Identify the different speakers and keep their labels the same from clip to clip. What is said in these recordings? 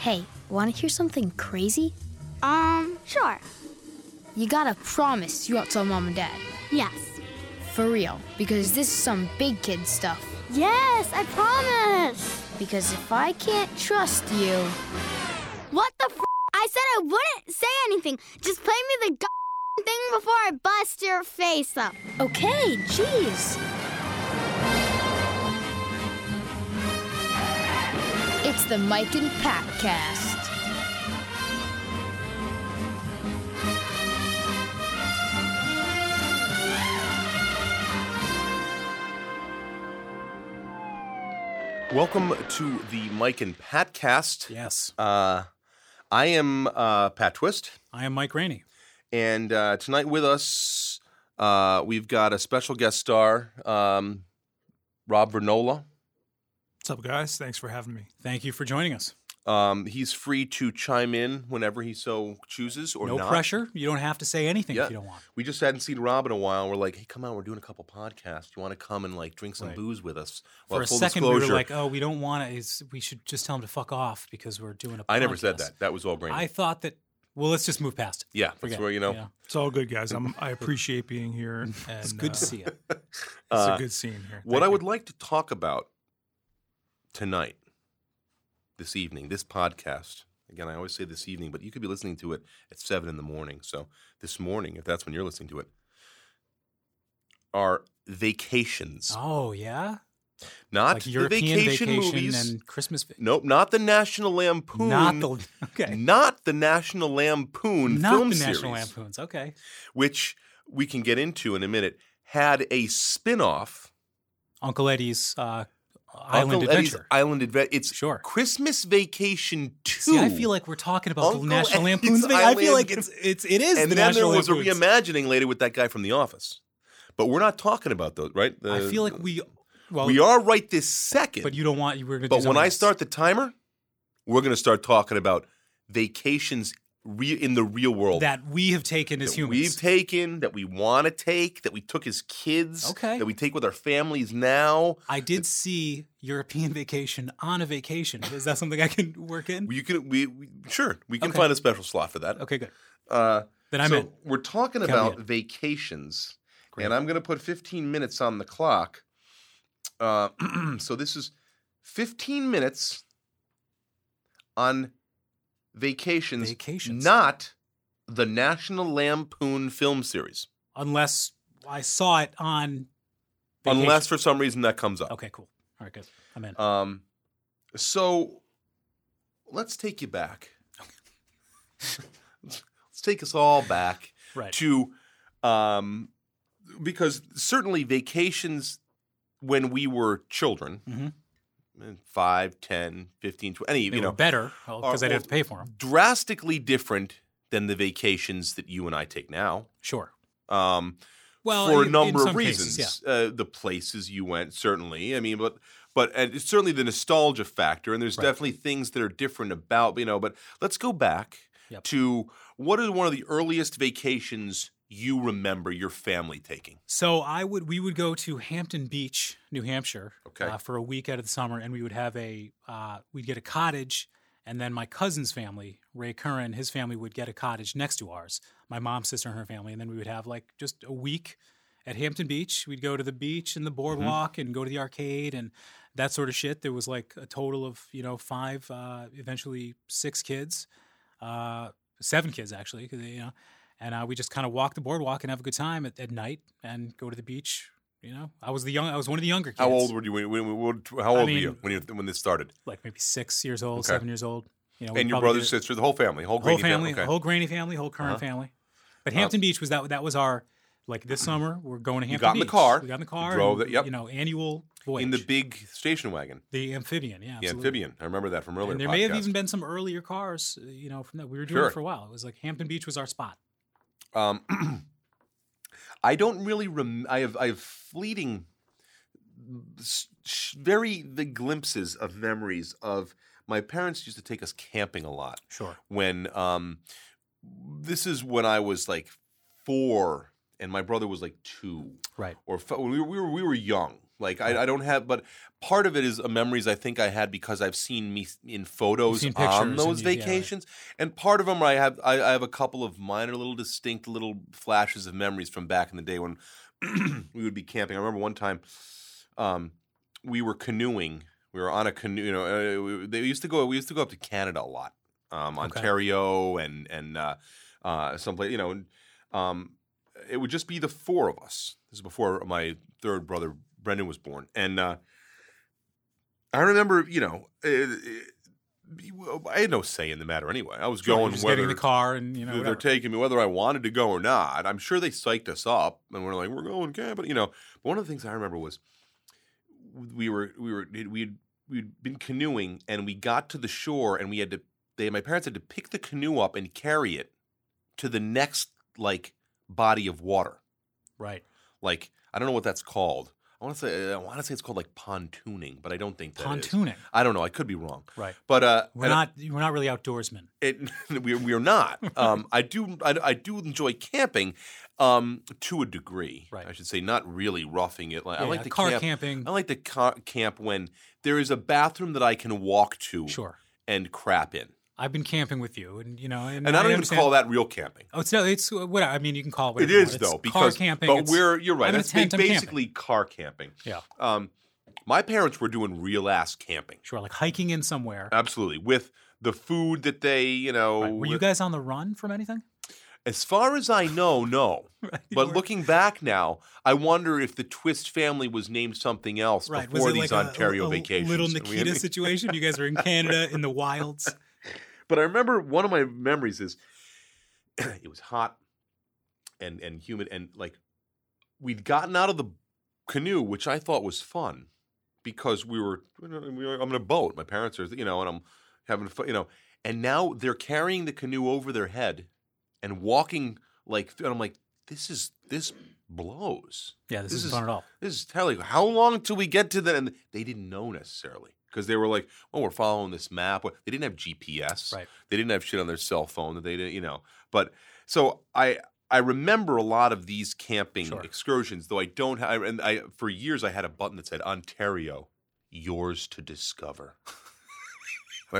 Speaker 1: Hey, want to hear something crazy?
Speaker 2: Um, sure.
Speaker 1: You gotta promise you won't tell mom and dad.
Speaker 2: Yes.
Speaker 1: For real. Because this is some big kid stuff.
Speaker 2: Yes, I promise.
Speaker 1: Because if I can't trust you.
Speaker 2: What the f? I said I wouldn't say anything. Just play me the g- thing before I bust your face up.
Speaker 1: Okay, jeez. It's the Mike and Pat cast.
Speaker 3: Welcome to the Mike and Pat cast.
Speaker 4: Yes.
Speaker 3: Uh, I am uh, Pat Twist,
Speaker 4: I am Mike Rainey.
Speaker 3: and uh, tonight with us, uh, we've got a special guest star, um, Rob Vernola.
Speaker 5: What's up, guys? Thanks for having me.
Speaker 4: Thank you for joining us.
Speaker 3: Um, he's free to chime in whenever he so chooses or
Speaker 4: no
Speaker 3: not.
Speaker 4: pressure. You don't have to say anything
Speaker 3: Yeah.
Speaker 4: if you don't want.
Speaker 3: We just hadn't seen Rob in a while. We're like, hey, come on, we're doing a couple podcasts. You want to come and like drink some
Speaker 4: Right.
Speaker 3: booze with us?
Speaker 4: For a
Speaker 3: full
Speaker 4: second, we
Speaker 3: disclosure,
Speaker 4: were like, "Oh, we don't want to. We should just tell him to fuck off because we're doing a."
Speaker 3: I never said
Speaker 4: podcast."
Speaker 3: that. That was all brain.
Speaker 4: I thought that. Well, let's just move past it.
Speaker 3: yeah, that's
Speaker 4: Forget
Speaker 3: where
Speaker 4: it,
Speaker 3: you know.
Speaker 5: It's all good, guys. I'm, I appreciate being here. And,
Speaker 4: It's good to
Speaker 5: uh,
Speaker 4: see it.
Speaker 5: It's
Speaker 3: Uh,
Speaker 5: a good scene here.
Speaker 3: What
Speaker 5: Thank
Speaker 3: I
Speaker 5: you.
Speaker 3: would like to talk about tonight, this evening, this podcast. Again, I always say this evening, but you could be listening to it at seven in the morning. So this morning, if that's when you're listening to it, are vacations,
Speaker 4: Oh yeah,
Speaker 3: not
Speaker 4: like
Speaker 3: the
Speaker 4: European
Speaker 3: vacation, movies.
Speaker 4: and Christmas. va-
Speaker 3: nope, not the National Lampoon.
Speaker 4: Not the okay.
Speaker 3: not the National Lampoon
Speaker 4: Not
Speaker 3: film
Speaker 4: the
Speaker 3: series,
Speaker 4: National Lampoons. Okay.
Speaker 3: which we can get into in a minute, had a spin-off
Speaker 4: Uncle Eddie's uh, Island
Speaker 3: Uncle Eddie's
Speaker 4: Adventure.
Speaker 3: Island Adventure. It's
Speaker 4: Sure.
Speaker 3: Christmas Vacation Two.
Speaker 4: See, I feel like we're talking about
Speaker 3: Uncle
Speaker 4: the National
Speaker 3: Eddie's
Speaker 4: Lampoons. thing. I feel
Speaker 3: Island
Speaker 4: like
Speaker 3: gets-
Speaker 4: it's, it's it is
Speaker 3: and
Speaker 4: the
Speaker 3: then
Speaker 4: National
Speaker 3: there was
Speaker 4: Lampoons.
Speaker 3: a reimagining later with that guy from The Office, but we're not talking about those, right?
Speaker 4: I
Speaker 3: The-
Speaker 4: feel like we well
Speaker 3: we are right this second.
Speaker 4: but you don't want you were going to.
Speaker 3: But when I start the timer, we're going to start talking about vacations re- in the real world
Speaker 4: that we have taken as
Speaker 3: that
Speaker 4: humans,
Speaker 3: we've taken, that we want to take, that we took as kids,
Speaker 4: Okay.
Speaker 3: that we take with our families now.
Speaker 4: I did see European vacation on a vacation. Is that something I can work in?
Speaker 3: You can we, we sure we can
Speaker 4: Okay.
Speaker 3: find a special slot for that.
Speaker 4: okay, good.
Speaker 3: Uh,
Speaker 4: Then I'm
Speaker 3: so
Speaker 4: in.
Speaker 3: we're talking
Speaker 4: Count me
Speaker 3: about
Speaker 4: in.
Speaker 3: vacations,
Speaker 4: Great.
Speaker 3: and I'm going to put 15 minutes on the clock. Uh, so this is 15 minutes on vacations,
Speaker 4: Vacations.
Speaker 3: not the National Lampoon film series,
Speaker 4: Unless I saw it on. Vacation.
Speaker 3: unless for some reason that comes up.
Speaker 4: okay, cool. All right, good. I'm in.
Speaker 3: Um, so let's take you back. let's take us all back.
Speaker 4: right.
Speaker 3: to um because certainly vacations when we were children eh,
Speaker 4: Mhm.
Speaker 3: five, ten, fifteen, tw- any
Speaker 4: They
Speaker 3: you
Speaker 4: were
Speaker 3: know
Speaker 4: better because I
Speaker 3: well,
Speaker 4: didn't have to pay for them.
Speaker 3: drastically different than the vacations that you and I take now
Speaker 4: Sure.
Speaker 3: um
Speaker 4: Well,
Speaker 3: for
Speaker 4: Oh, in-
Speaker 3: a
Speaker 4: in
Speaker 3: number of
Speaker 4: some
Speaker 3: reasons
Speaker 4: cases,
Speaker 3: uh, the places you went certainly i mean but but and it's certainly the nostalgia factor and there's
Speaker 4: Right.
Speaker 3: definitely things that are different about you know but let's go back
Speaker 4: Yep.
Speaker 3: to what is one of the earliest vacations you remember your family taking
Speaker 4: So I would we would go to Hampton Beach, New Hampshire,
Speaker 3: Okay.
Speaker 4: uh, for a week out of the summer, and we would have a uh, we'd get a cottage, and then my cousin's family, Ray Curran, his family would get a cottage next to ours. My mom's sister and her family, and then we would have like just a week at Hampton Beach. We'd go to the beach and the boardwalk, and go to the arcade and that sort of shit. There was like a total of you know five, uh, eventually six kids, uh, seven kids actually, 'cause, you know and uh, we just kind of walk the boardwalk and have a good time at, at night and go to the beach. You know, I was the young, I was one of the younger kids.
Speaker 3: how old were you when, when, when, how
Speaker 4: I
Speaker 3: old were
Speaker 4: mean-
Speaker 3: you when you when this started
Speaker 4: Like maybe six years old,
Speaker 3: Okay.
Speaker 4: seven years old. You know, we
Speaker 3: and your
Speaker 4: probably
Speaker 3: brother
Speaker 4: did it-
Speaker 3: sister the whole family whole,
Speaker 4: whole
Speaker 3: Grady
Speaker 4: family,
Speaker 3: okay.
Speaker 4: whole Granny family, whole current
Speaker 3: Uh-huh.
Speaker 4: family. But Hampton Beach was that that was our like this summer we're going to Hampton
Speaker 3: got in the
Speaker 4: Beach.
Speaker 3: car,
Speaker 4: We got in the
Speaker 3: you
Speaker 4: car.
Speaker 3: drove
Speaker 4: and,
Speaker 3: it, yep.
Speaker 4: You know, annual voyage.
Speaker 3: in the big station wagon
Speaker 4: the amphibian, yeah,
Speaker 3: the
Speaker 4: absolutely.
Speaker 3: amphibian i remember that from earlier
Speaker 4: And there may have
Speaker 3: podcasts.
Speaker 4: even been some earlier cars, uh, you know, from that. We were doing
Speaker 3: Sure.
Speaker 4: it for a while. It was like Hampton Beach was our spot.
Speaker 3: Um, I don't really rem. I have I have fleeting, s- sh- very the glimpses of memories of my parents used to take us camping a lot
Speaker 4: Sure.
Speaker 3: when um, this is when I was like four and my brother was like two
Speaker 4: Right.
Speaker 3: or f- we were we were, we were young. Like I, I don't have, but part of it is uh, memories I think I had because I've seen me th- in photos
Speaker 4: seen pictures
Speaker 3: on
Speaker 4: and
Speaker 3: those
Speaker 4: you- yeah, right.
Speaker 3: vacations, and part of them I have I, I have a couple of minor little distinct little flashes of memories from back in the day when we would be camping. I remember one time um, we were canoeing. We were on a canoe. You know, uh, we, they used to go. We used to go up to Canada a lot, um,
Speaker 4: Okay.
Speaker 3: Ontario and and uh, uh, someplace. You know, and, um, it would just be the four of us. This is before my third brother Brendan was born, and uh, I remember, you know, uh, uh, I had no say in the matter anyway. I was
Speaker 4: You're
Speaker 3: going
Speaker 4: just
Speaker 3: whether
Speaker 4: getting in the car and you know
Speaker 3: they're
Speaker 4: whatever.
Speaker 3: taking me, whether I wanted to go or not. I'm sure they psyched us up, and we're like, we're going camping, you know. But one of the things I remember was we were we were we'd we'd been canoeing, and we got to the shore, and we had to they my parents had to pick the canoe up and carry it to the next like body of water,
Speaker 4: right.
Speaker 3: like I don't know what that's called. I want to say I want to say it's called like pontooning, but I don't think that is.
Speaker 4: Pontooning.
Speaker 3: I don't know. I could be wrong.
Speaker 4: Right.
Speaker 3: But uh,
Speaker 4: We're
Speaker 3: and-
Speaker 4: not we're not really outdoorsmen.
Speaker 3: it, we, we are not. Um, I do I, I do enjoy camping um, to a degree.
Speaker 4: Right.
Speaker 3: I should say not really roughing it. Like I
Speaker 4: Yeah,
Speaker 3: like
Speaker 4: yeah,
Speaker 3: the
Speaker 4: car
Speaker 3: camp,
Speaker 4: camping.
Speaker 3: I like the ca- camp when there is a bathroom that I can walk to
Speaker 4: Sure.
Speaker 3: and crap in.
Speaker 4: I've been camping with you, and you know, and,
Speaker 3: And I don't even
Speaker 4: understand-
Speaker 3: call that real camping.
Speaker 4: Oh, it's no, it's uh, what I mean. You can call it.
Speaker 3: It
Speaker 4: Whatever you want.
Speaker 3: is
Speaker 4: It's
Speaker 3: though
Speaker 4: car
Speaker 3: because
Speaker 4: camping.
Speaker 3: But
Speaker 4: it's-
Speaker 3: we're you're right.
Speaker 4: I'm in a
Speaker 3: That's ba-
Speaker 4: tent, I'm camping.
Speaker 3: basically car camping.
Speaker 4: Yeah,
Speaker 3: Um, my parents were doing real ass camping.
Speaker 4: sure. Like hiking in somewhere.
Speaker 3: Absolutely with the food that they you know.
Speaker 4: Right. Were you guys on the run from anything?
Speaker 3: As far as I know, no. But looking back now, I wonder if the Twist family was named something else
Speaker 4: Right.
Speaker 3: before
Speaker 4: was it
Speaker 3: these
Speaker 4: like a-
Speaker 3: Ontario
Speaker 4: a, a
Speaker 3: vacations.
Speaker 4: Little
Speaker 3: And we-
Speaker 4: Nikita situation. You guys were in Canada in the wilds.
Speaker 3: But I remember one of my memories is it was hot and and humid and like we'd gotten out of the canoe, which I thought was fun because we were, we were I'm in a boat. My parents are you know, and I'm having fun, you know. And now they're carrying the canoe over their head and walking like, and I'm like, this is this blows.
Speaker 4: Yeah, this,
Speaker 3: This
Speaker 4: isn't
Speaker 3: is-
Speaker 4: fun at all.
Speaker 3: This is terrible. How long till we get to the? And they didn't know necessarily because they were like, "Oh, we're following this map." They didn't have GPS.
Speaker 4: Right.
Speaker 3: They didn't have shit on their cell phone that they didn't, you know. But so I I remember a lot of these camping
Speaker 4: Sure.
Speaker 3: excursions, though I don't. have and I for years I had a button that said Ontario, yours to discover.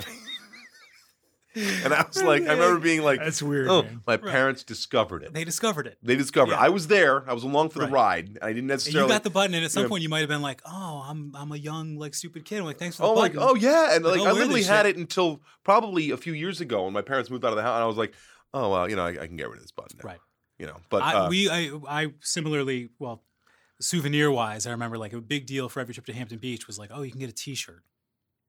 Speaker 3: and I was like, I remember being like,
Speaker 5: That's weird.
Speaker 3: "Oh,
Speaker 5: man.
Speaker 3: my parents discovered it."
Speaker 4: They discovered it.
Speaker 3: They discovered. it.
Speaker 4: Yeah.
Speaker 3: I was there. I was along for the
Speaker 4: Right.
Speaker 3: ride. I didn't
Speaker 4: And you
Speaker 3: necessarily.
Speaker 4: got the button, and at some
Speaker 3: Yeah.
Speaker 4: point you might have been like, "Oh, I'm I'm a young like stupid kid." I'm like, "Thanks for the
Speaker 3: Oh my!
Speaker 4: button."
Speaker 3: Oh yeah, and
Speaker 4: Like, I'll
Speaker 3: like I
Speaker 4: wear
Speaker 3: literally
Speaker 4: this
Speaker 3: had
Speaker 4: shit.
Speaker 3: it until probably a few years ago when my parents moved out of the house, and I was like, "Oh well, you know, I, I can get rid of this button." Now.
Speaker 4: Right.
Speaker 3: You know, but
Speaker 4: I,
Speaker 3: uh,
Speaker 4: we I, I similarly well souvenir wise I remember like a big deal for every trip to Hampton Beach was like oh you can get a T-shirt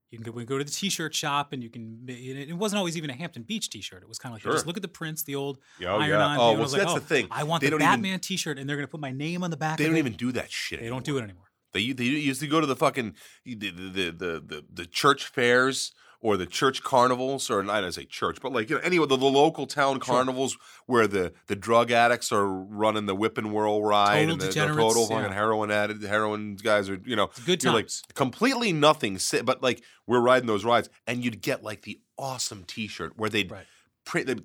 Speaker 4: you can go, we go to the T-shirt shop and you can ma- and it it wasn't always even a Hampton Beach T-shirt it was kind of like you
Speaker 3: Sure.
Speaker 4: just look at the prints the old
Speaker 3: Yeah, oh,
Speaker 4: iron
Speaker 3: yeah.
Speaker 4: on
Speaker 3: Oh,
Speaker 4: thing, and I
Speaker 3: well,
Speaker 4: was
Speaker 3: see,
Speaker 4: like,
Speaker 3: that's the thing.
Speaker 4: I want
Speaker 3: They
Speaker 4: the
Speaker 3: don't even-
Speaker 4: Batman T-shirt and they're gonna put my name on the back
Speaker 3: they
Speaker 4: of
Speaker 3: don't
Speaker 4: it.
Speaker 3: even do that shit.
Speaker 4: they don't do it anymore
Speaker 3: They they used to go to the fucking the the the the, the church fairs or the church carnivals or I don't say church, but like you know, anyway, the, the local town carnivals where the the drug addicts are running the whip and whirl ride
Speaker 4: Total
Speaker 3: and the, the
Speaker 4: degenerates,
Speaker 3: total
Speaker 4: yeah.
Speaker 3: fucking heroin added heroin guys are you know
Speaker 4: good
Speaker 3: you're like
Speaker 4: times.
Speaker 3: completely nothing, si- but like we're riding those rides and you'd get like the awesome T-shirt where they'd
Speaker 4: Right.
Speaker 3: print they'd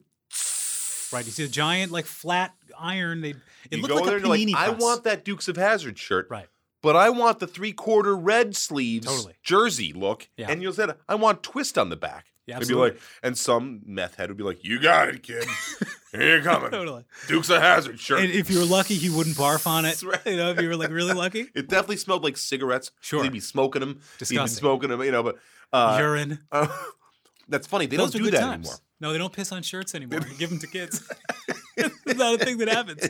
Speaker 4: right you see a giant like flat iron they it
Speaker 3: you
Speaker 4: looked
Speaker 3: go
Speaker 4: like
Speaker 3: there
Speaker 4: a
Speaker 3: and
Speaker 4: panini
Speaker 3: you're I
Speaker 4: press."
Speaker 3: want that Dukes of Hazard shirt
Speaker 4: right
Speaker 3: but I want the three quarter red sleeves
Speaker 4: Totally.
Speaker 3: jersey look.
Speaker 4: Yeah.
Speaker 3: And you'll say, I want twist on the back.
Speaker 4: Yeah,
Speaker 3: They'd be
Speaker 4: absolutely.
Speaker 3: like, and some meth head would be like, You got it, kid. Here you coming.
Speaker 4: totally
Speaker 3: Duke's a hazard shirt.
Speaker 4: and if you were lucky he wouldn't barf on it
Speaker 3: That's right.
Speaker 4: you know if you were like really lucky
Speaker 3: it definitely smelled like cigarettes.
Speaker 4: Sure.
Speaker 3: They'd be smoking them. They'd be
Speaker 4: Disgusting.
Speaker 3: smoking them, you know, but uh,
Speaker 4: urine.
Speaker 3: that's funny. They
Speaker 4: Those
Speaker 3: don't
Speaker 4: were
Speaker 3: do
Speaker 4: good
Speaker 3: that
Speaker 4: times.
Speaker 3: anymore.
Speaker 4: No, they don't piss on shirts anymore. They give them to kids. it's not a thing that happens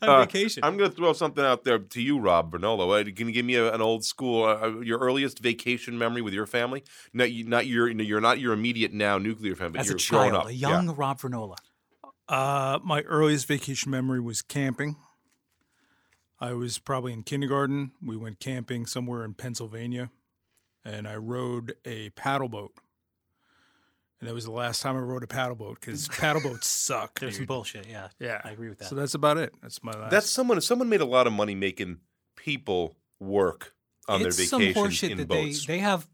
Speaker 4: on
Speaker 3: Uh,
Speaker 4: vacation.
Speaker 3: I'm going to throw something out there to you, Rob Bernolo. Uh, Can you give me a, an old school, uh, your earliest vacation memory with your family? Not, you- not your, you're not your immediate now nuclear family. but
Speaker 4: As
Speaker 3: you're
Speaker 4: a child,
Speaker 3: growing up.
Speaker 4: a
Speaker 3: Yeah.
Speaker 4: young Rob Vernola.
Speaker 5: Uh, my earliest vacation memory was camping. I was probably in kindergarten. We went camping somewhere in Pennsylvania, and I rode a paddle boat. And that was the last time I rode a paddle boat because paddle boats suck.
Speaker 4: There's some
Speaker 5: dude.
Speaker 4: bullshit. Yeah,
Speaker 5: yeah,
Speaker 4: I agree with that.
Speaker 5: So that's about it. That's my last.
Speaker 3: That's someone. Someone made a lot of money making people work on
Speaker 4: it's
Speaker 3: their
Speaker 4: some
Speaker 3: vacations
Speaker 4: horseshit
Speaker 3: in
Speaker 4: that
Speaker 3: boats.
Speaker 4: they they have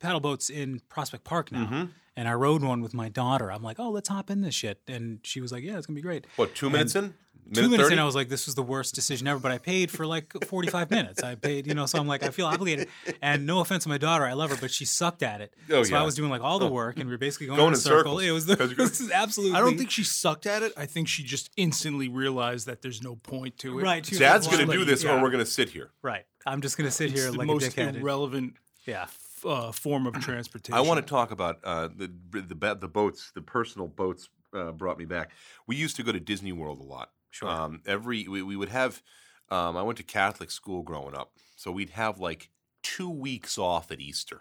Speaker 4: paddle boats in Prospect Park now,
Speaker 3: Mhm.
Speaker 4: and I rode one with my daughter. I'm like, oh, let's hop in this shit, and she was like, yeah, it's gonna be great.
Speaker 3: What, two minutes in?
Speaker 4: Two minutes
Speaker 3: 30?
Speaker 4: in, I was like, this was the worst decision ever. But I paid for like 45 minutes. I paid, you know, so I'm like, I feel obligated. And no offense to my daughter, I love her, but she sucked at it.
Speaker 3: Oh,
Speaker 4: so
Speaker 3: yeah.
Speaker 4: I was doing like all the work, and we were basically going,
Speaker 3: Going
Speaker 4: in a
Speaker 3: in
Speaker 4: circle.
Speaker 3: circles.
Speaker 4: It was the,
Speaker 3: 'Cause you're-
Speaker 4: this is absolutely.
Speaker 5: I don't think she sucked at it. I think she just instantly realized that there's no point to it.
Speaker 4: right. she was
Speaker 3: Dad's
Speaker 4: like,
Speaker 3: going to
Speaker 4: "Why
Speaker 3: do
Speaker 4: would
Speaker 3: this,
Speaker 4: you-"
Speaker 3: or
Speaker 4: Yeah.
Speaker 3: we're going to sit here.
Speaker 4: right. I'm just gonna sit
Speaker 5: It's
Speaker 4: here
Speaker 5: the
Speaker 4: like a
Speaker 5: most
Speaker 4: dickhead.
Speaker 5: irrelevant
Speaker 4: yeah.
Speaker 5: f- uh, form of transportation.
Speaker 3: I want to talk about uh, the the ba- the boats. The personal boats uh, brought me back. We used to go to Disney World a lot.
Speaker 4: Sure.
Speaker 3: Um, every we, we would have. Um, I went to Catholic school growing up, so we'd have like two weeks off at Easter.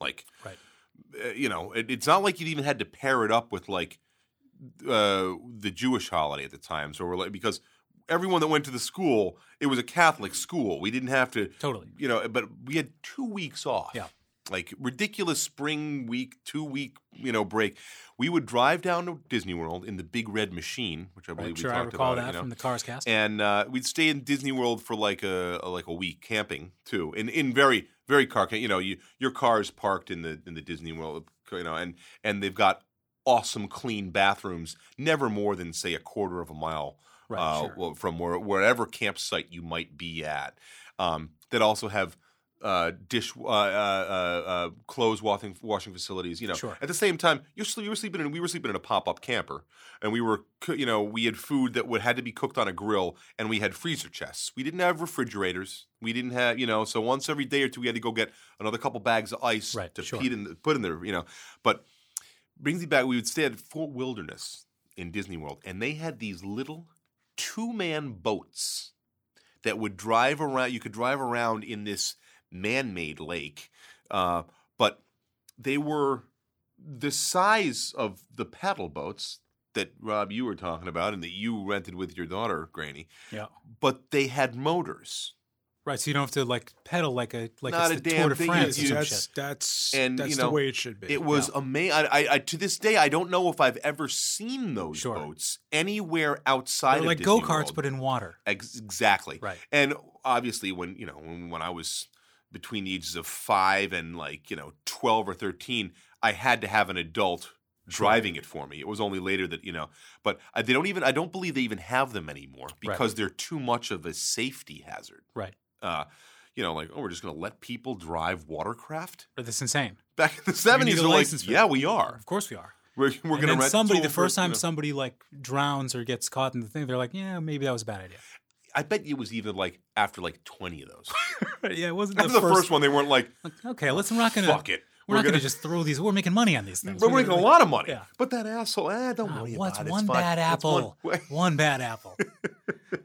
Speaker 3: Like,
Speaker 4: Right.
Speaker 3: uh, you know, it, it's not like you even had to pair it up with like uh, the Jewish holiday at the time. So we're like because everyone that went to the school, it was a Catholic school. We didn't have to
Speaker 4: Totally.
Speaker 3: you know, but we had two weeks off.
Speaker 4: Yeah.
Speaker 3: Like ridiculous spring week, two week, you know, break. We would drive down to Disney World in the big red machine, which I believe
Speaker 4: I'm
Speaker 3: we
Speaker 4: sure I
Speaker 3: talked
Speaker 4: recall
Speaker 3: about.
Speaker 4: that
Speaker 3: you know?
Speaker 4: from the Cars cast.
Speaker 3: and uh, we'd stay in Disney World for like a, a- like a week camping too, in in very very car. You know, you your car is parked in the in the Disney World, uh, you know, and and they've got awesome clean bathrooms, never more than say a quarter of a mile
Speaker 4: Right,
Speaker 3: uh,
Speaker 4: sure.
Speaker 3: well, from where, wherever campsite you might be at. Um, that also have uh, dish uh, uh, uh, uh, clothes washing washing facilities. You know,
Speaker 4: Sure.
Speaker 3: at the same time, you're sleep, you were sleeping in we were sleeping in a pop up camper, and we were coo- you know we had food that would had to be cooked on a grill, and we had freezer chests. We didn't have refrigerators. We didn't have you know so once every day or two we had to go get another couple bags of ice
Speaker 4: Right,
Speaker 3: to
Speaker 4: sure.
Speaker 3: put in the, put in there. You know, but brings me back. We would stay at Fort Wilderness in Disney World, and they had these little two man boats that would drive around. You could drive around in this man made lake, uh, but they were the size of the paddle boats that Rob you were talking about and that you rented with your daughter, Granny.
Speaker 4: Yeah.
Speaker 3: But they had motors.
Speaker 4: Right. So you don't have to like pedal like a like
Speaker 3: Not
Speaker 4: it's
Speaker 3: a
Speaker 4: the
Speaker 3: damn
Speaker 4: Tour de
Speaker 3: thing you
Speaker 4: France or
Speaker 3: do.
Speaker 4: some
Speaker 5: that's
Speaker 4: shit.
Speaker 5: that's
Speaker 3: And,
Speaker 5: that's
Speaker 3: you
Speaker 5: the
Speaker 3: know,
Speaker 5: way it should be.
Speaker 3: It was amazing. I, I, I, to this day, I don't know if I've ever seen those
Speaker 4: Sure.
Speaker 3: boats anywhere outside
Speaker 4: They're
Speaker 3: of
Speaker 4: like go
Speaker 3: Disney
Speaker 4: karts,
Speaker 3: World.
Speaker 4: but in water.
Speaker 3: Ex- exactly.
Speaker 4: Right.
Speaker 3: And obviously, when you know, when, when I was between the ages of five and like you know twelve or thirteen, I had to have an adult driving it for me. It was only later that you know, but I, they don't even. I don't believe they even have them anymore because they're too much of a safety hazard.
Speaker 4: Right.
Speaker 3: Uh, you know, like oh, we're just going to let people drive watercraft.
Speaker 4: But that's insane.
Speaker 3: Back in the seventies,
Speaker 4: a
Speaker 3: they're like,
Speaker 4: license for
Speaker 3: yeah,
Speaker 4: that.
Speaker 3: we are.
Speaker 4: Of course we are.
Speaker 3: We're, we're
Speaker 4: And
Speaker 3: going to
Speaker 4: then
Speaker 3: rent
Speaker 4: somebody
Speaker 3: to
Speaker 4: the
Speaker 3: a-
Speaker 4: first time
Speaker 3: you know.
Speaker 4: somebody like drowns or gets caught in the thing, they're like, yeah, maybe that was a bad idea.
Speaker 3: I bet it was even like after like twenty of those.
Speaker 4: yeah, it wasn't
Speaker 3: after the first one, they weren't like,
Speaker 4: Okay, let's we're not gonna
Speaker 3: fuck it.
Speaker 4: We're, not gonna, just throw these. We're making money on these things.
Speaker 3: We're making a lot of money.
Speaker 4: Yeah. Ah,
Speaker 3: But that asshole, eh, don't worry
Speaker 4: What's
Speaker 3: about it.
Speaker 4: one
Speaker 3: it's fine.
Speaker 4: bad
Speaker 3: It's one-
Speaker 4: apple? One, bad apple.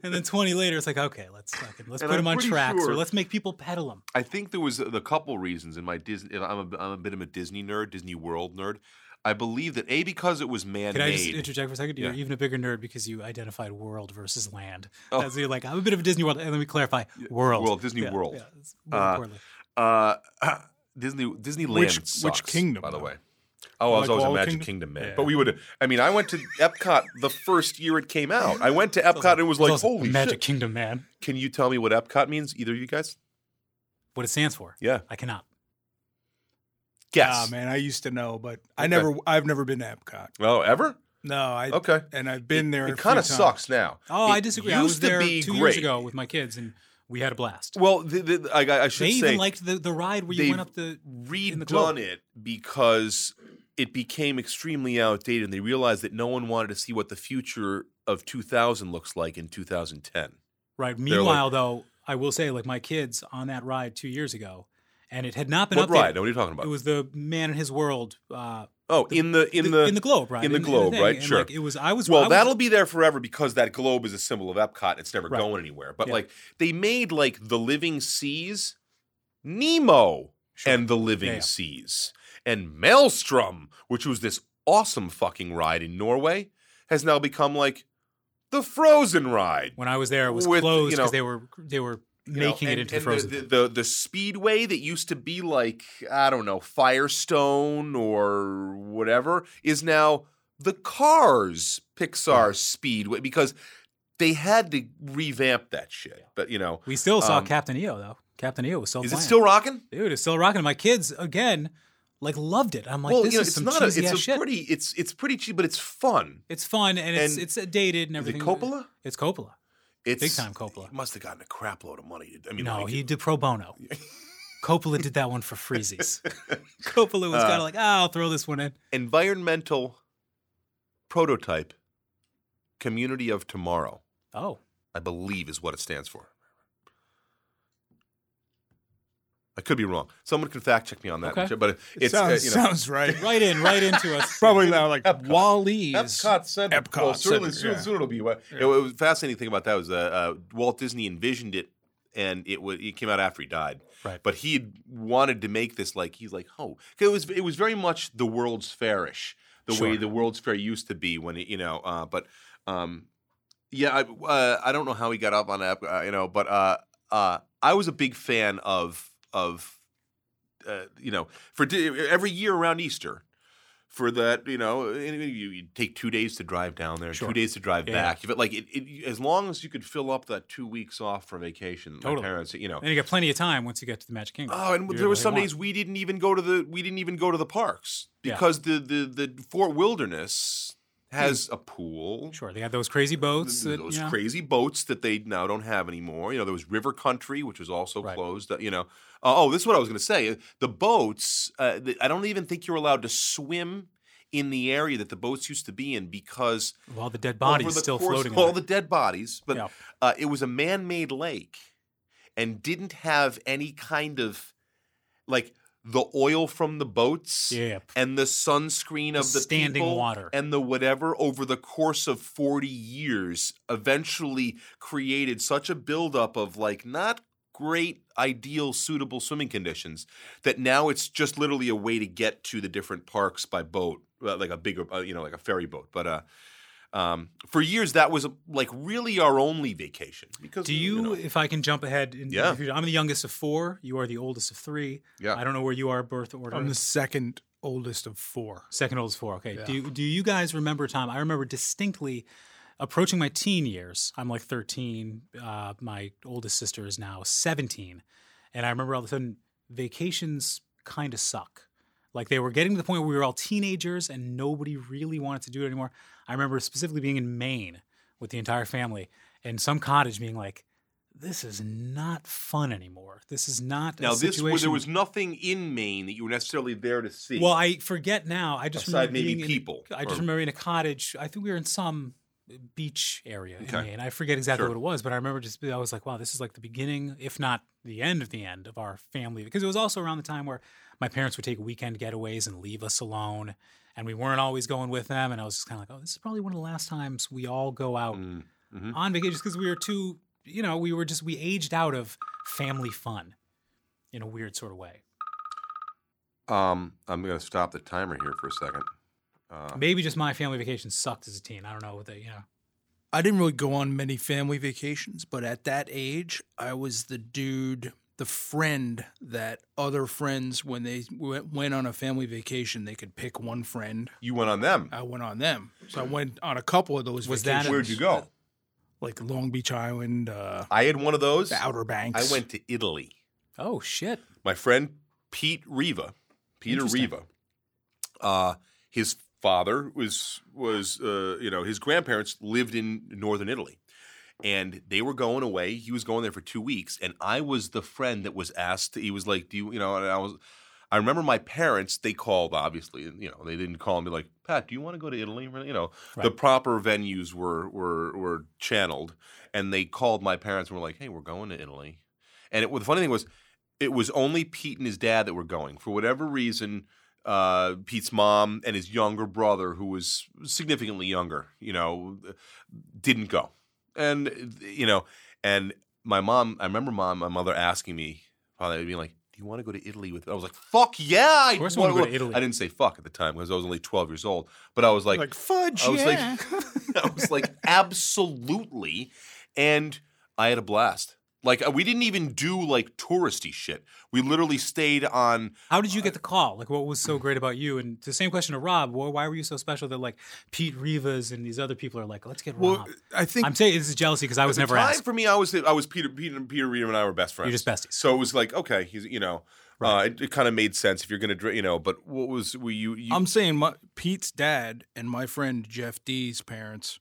Speaker 4: and then twenty later, it's like, okay, let's fucking let's
Speaker 3: And
Speaker 4: put
Speaker 3: I'm
Speaker 4: them on
Speaker 3: pretty
Speaker 4: tracks
Speaker 3: sure-
Speaker 4: or let's make people pedal them.
Speaker 3: I think there was the couple reasons in my Disney. I'm a, I'm a bit of a Disney nerd, Disney World nerd. I believe that a because it was man
Speaker 4: Can I just
Speaker 3: made.
Speaker 4: interject for a second? You're
Speaker 3: Yeah.
Speaker 4: even a bigger nerd because you identified world versus land.
Speaker 3: Oh.
Speaker 4: That's you're like I'm a bit of a Disney world, and let me clarify, world,
Speaker 3: World, Disney
Speaker 4: Yeah,
Speaker 3: World.
Speaker 4: yeah, it's more
Speaker 3: Uh,
Speaker 4: importantly.
Speaker 3: Uh, Disney Disneyland
Speaker 5: Which- which
Speaker 3: sucks,
Speaker 5: kingdom,
Speaker 3: by the
Speaker 5: though?
Speaker 3: way. Oh, I was
Speaker 5: Like
Speaker 3: always a
Speaker 5: Wall
Speaker 3: Magic Kingdom,
Speaker 5: Kingdom?
Speaker 3: man.
Speaker 5: Yeah.
Speaker 3: But we would. I mean, I went to Epcot the first year it came out. I went to Epcot and it was
Speaker 4: It's
Speaker 3: like,
Speaker 4: also
Speaker 3: holy
Speaker 4: Magic
Speaker 3: shit!
Speaker 4: Kingdom, man.
Speaker 3: Can you tell me what Epcot means? Either of you guys?
Speaker 4: What it stands for?
Speaker 3: Yeah.
Speaker 4: I cannot.
Speaker 5: Ah,
Speaker 3: Guess.
Speaker 5: man, I used to know, but I
Speaker 3: Okay.
Speaker 5: never. I've never been to Epcot.
Speaker 3: oh, ever?
Speaker 5: No, I
Speaker 3: Okay.
Speaker 5: and I've been there.
Speaker 3: It kind of sucks now.
Speaker 4: Oh,
Speaker 3: It
Speaker 4: I disagree.
Speaker 3: Used
Speaker 4: I was
Speaker 3: to
Speaker 4: there
Speaker 3: be
Speaker 4: two
Speaker 3: great.
Speaker 4: years ago with my kids, and we had a blast.
Speaker 3: Well, the, the, I, I- I should
Speaker 4: They
Speaker 3: say
Speaker 4: even liked the, the ride where you
Speaker 3: they've
Speaker 4: went up the. the
Speaker 3: redone
Speaker 4: globe.
Speaker 3: it because it became extremely outdated, and they realized that no one wanted to see what the future of 2000 looks like in 2010.
Speaker 4: Right.
Speaker 3: like-
Speaker 4: Meanwhile, though, I will say, like my kids on that ride two years ago, and it had not been
Speaker 3: what
Speaker 4: updated.
Speaker 3: ride? Oh, Now, What are you talking about?
Speaker 4: It was the Man and His World. Uh,
Speaker 3: oh, in the in the,
Speaker 4: in the globe, right?
Speaker 3: in the globe,
Speaker 4: thing,
Speaker 3: right,
Speaker 4: and,
Speaker 3: sure.
Speaker 4: Like, it was. I was. I
Speaker 3: Well,
Speaker 4: was-
Speaker 3: that'll be there forever because that globe is a symbol of Epcot. It's never
Speaker 4: Right.
Speaker 3: going anywhere. But
Speaker 4: Yeah.
Speaker 3: like they made like the Living Seas, Nemo and the Living
Speaker 4: Yeah, yeah.
Speaker 3: Seas, and Maelstrom, which was this awesome fucking ride in Norway, has now become like the Frozen ride.
Speaker 4: when I was there. It was
Speaker 3: with, you
Speaker 4: closed because
Speaker 3: know-
Speaker 4: they were they were
Speaker 3: You know,
Speaker 4: making
Speaker 3: and-
Speaker 4: it into the
Speaker 3: and
Speaker 4: frozen.
Speaker 3: The,
Speaker 4: thing.
Speaker 3: the, the speedway that used to be like I don't know Firestone or whatever is now the Cars Pixar Speedway because they had to revamp that shit. But you know,
Speaker 4: we still saw E
Speaker 3: um,
Speaker 4: Captain EO though. Captain EO was still
Speaker 3: is it
Speaker 4: playing.
Speaker 3: still rocking?
Speaker 4: Dude, it's still rocking. My kids again Like loved it. I'm like,
Speaker 3: well,
Speaker 4: this
Speaker 3: you know,
Speaker 4: is
Speaker 3: it's
Speaker 4: some
Speaker 3: not a.
Speaker 4: cheesy
Speaker 3: It's
Speaker 4: ass
Speaker 3: a
Speaker 4: shit.
Speaker 3: pretty. It's it's pretty cheap, but it's fun.
Speaker 4: it's fun and it's
Speaker 3: and
Speaker 4: it's dated and
Speaker 3: Is it
Speaker 4: everything.
Speaker 3: Coppola?
Speaker 4: It's Coppola.
Speaker 3: It's
Speaker 4: time Coppola.
Speaker 3: He must have gotten a crap load of money. I mean,
Speaker 4: No,
Speaker 3: like,
Speaker 4: he did pro bono. Coppola did that one for freezies. Coppola
Speaker 3: Uh,
Speaker 4: was kind of like, ah, I'll throw this one in.
Speaker 3: environmental prototype community of tomorrow.
Speaker 4: Oh,
Speaker 3: I believe is what it stands for. I could be wrong. Someone can fact check me on that.
Speaker 4: Okay.
Speaker 3: But it- it's uh,
Speaker 5: sounds,
Speaker 3: you know,
Speaker 5: sounds right.
Speaker 4: right in, right into us.
Speaker 5: Probably now like
Speaker 3: Epcot.
Speaker 5: Wally's.
Speaker 3: Epcot Center.
Speaker 5: Epcot
Speaker 3: Well, certainly,
Speaker 5: Center,
Speaker 3: soon,
Speaker 5: yeah.
Speaker 3: soon it'll be. Well, It, was fascinating thing about that was uh, uh, Walt Disney envisioned it, and it was it came out after he died.
Speaker 4: Right.
Speaker 3: But he had wanted to make this like he's like oh 'Cause it was it was very much the World's Fairish the way
Speaker 4: Sure.
Speaker 3: the World's Fair used to be when it, you know. Uh, but um, yeah, I uh, I don't know how he got up on that, uh, you know, but uh, uh, I was a big fan of of uh, you know for di- every year around Easter. For that, you know, and you, you take two days to drive down there,
Speaker 4: Sure.
Speaker 3: two days to drive
Speaker 4: Yeah, yeah.
Speaker 3: back. But like, it, it, as long as you could fill up that two weeks off for vacation, my
Speaker 4: Totally.
Speaker 3: parents, you know.
Speaker 4: And you got plenty of time once you get to the Magic Kingdom.
Speaker 3: Oh, and
Speaker 4: You do
Speaker 3: there were
Speaker 4: what you
Speaker 3: some
Speaker 4: want.
Speaker 3: days we didn't even go to the we didn't even go to the parks
Speaker 4: Yeah. Hmm.
Speaker 3: because the the the Fort Wilderness has a pool,
Speaker 4: Sure, they had those crazy boats.
Speaker 3: th-
Speaker 4: that,
Speaker 3: those
Speaker 4: you know,
Speaker 3: crazy boats that they now don't have anymore. You know, there was River Country, which was also
Speaker 4: Right.
Speaker 3: closed. uh, You know, Uh, oh, this is what I was going to say. The boats, uh, th- I don't even think you're allowed to swim in the area that the boats used to be in because
Speaker 4: of all the dead bodies
Speaker 3: over the
Speaker 4: still
Speaker 3: course-
Speaker 4: floating. in
Speaker 3: all
Speaker 4: there.
Speaker 3: the dead bodies. But
Speaker 4: Yeah.
Speaker 3: uh, it was a man-made lake and didn't have any kind of like the oil from the boats
Speaker 4: yeah,
Speaker 3: and the sunscreen of the
Speaker 4: standing
Speaker 3: people
Speaker 4: water.
Speaker 3: and the whatever over the course of 40 years eventually created such a buildup of like not great ideal suitable swimming conditions that now it's just literally a way to get to the different parks by boat uh, like a bigger uh, you know like a ferry boat but uh um, for years that was like really our only vacation because
Speaker 4: Do you,
Speaker 3: know,
Speaker 4: if I can jump ahead? In,
Speaker 3: Yeah.
Speaker 4: if you- I'm the youngest of four. You are the oldest of three.
Speaker 3: Yeah.
Speaker 4: I don't know where you are birth order.
Speaker 5: I'm the second oldest of four.
Speaker 4: Second oldest four. Okay. Do do you guys remember a time? I remember distinctly approaching my teen years. I'm like 13. Uh, my oldest sister is now 17, and I remember all of a sudden vacations kind of suck. Like they were getting to the point where we were all teenagers and nobody really wanted to do it anymore. I remember specifically being in Maine with the entire family and some cottage being like, "This is not fun anymore. This is not
Speaker 3: now
Speaker 4: a
Speaker 3: this
Speaker 4: situation."
Speaker 3: where there was nothing in Maine that you were necessarily there to see
Speaker 4: Well, I forget now. I just
Speaker 3: Aside
Speaker 4: remember
Speaker 3: maybe
Speaker 4: being in-
Speaker 3: people,
Speaker 4: I just
Speaker 3: or-
Speaker 4: remember in a cottage. I think we were in some beach area
Speaker 3: Okay.
Speaker 4: in Maine. I forget exactly
Speaker 3: Sure.
Speaker 4: what it was, but I remember just I was like, wow, this is like the beginning, if not the end of the end of our family, because it was also around the time where my parents would take weekend getaways and leave us alone, and we weren't always going with them. And I was just kind of like, oh, this is probably one of the last times we all go out
Speaker 3: Mm, mhm.
Speaker 4: on vacation, because we were too, you know, we were just we aged out of family fun in a weird sort of way.
Speaker 3: um I'm gonna stop the timer here for a second uh,
Speaker 4: Maybe just my family vacation sucked as a teen. I don't know what they, you know.
Speaker 5: I didn't really go on many family vacations, but at that age, I was the dude, the friend that other friends, when they went, went on a family vacation, they could pick one friend.
Speaker 3: you went on them
Speaker 5: I went on them. So I went on a couple of those
Speaker 4: Was that
Speaker 5: vacations.
Speaker 4: a-
Speaker 3: Where'd you go?
Speaker 5: Like Long Beach Island, uh,
Speaker 3: I had one of those.
Speaker 5: the Outer Banks.
Speaker 3: I went to Italy.
Speaker 4: Oh shit!
Speaker 3: My friend Pete Riva, Peter
Speaker 4: Interesting.
Speaker 3: Riva, uh, his father was was uh, you know his grandparents lived in northern Italy, and they were going away. He was going there for two weeks, and I was the friend that was asked. He was like, "Do you you know?" And I was. I remember my parents. They called, obviously, and you know they didn't call and be like, "Pat, do you want to go to Italy?" You know, the
Speaker 4: Right.
Speaker 3: proper venues were were were channeled, and they called my parents and were like, "Hey, we're going to Italy." And it, well, the funny thing was, it was only Pete and his dad that were going. For whatever reason, uh, Pete's mom and his younger brother, who was significantly younger, you know, didn't go. And you know, and my mom, I remember mom, my mother asking me, father being like, "Do you want to go to Italy with?" I was like, "Fuck yeah!" I
Speaker 4: Of course I wanna go to Italy.
Speaker 3: I didn't say fuck at the time because I was only twelve years old, but I was like,
Speaker 5: fudge.
Speaker 3: I was
Speaker 5: yeah.
Speaker 3: like, I was like, absolutely, and I had a blast. Like uh, we didn't even do like touristy shit. We literally stayed on.
Speaker 4: How did you
Speaker 5: Uh,
Speaker 4: get the call? Like, what was so great about you? And the same question to Rob. Why why were you so special that like Pete Rivas and these other people are like, let's get
Speaker 5: Well,
Speaker 4: Rob?
Speaker 5: I think
Speaker 4: I'm saying this is jealousy because I was
Speaker 3: At the
Speaker 4: never
Speaker 3: time,
Speaker 4: asked.
Speaker 3: For me, I was I was Peter Peter Peter Reader and I were best friends.
Speaker 4: You're just besties.
Speaker 3: So it was like okay, he's you know, uh, it, it kind of made sense if you're gonna dr- you know. But what was were you? you
Speaker 5: I'm saying my, Pete's dad and my friend Jeff D's parents,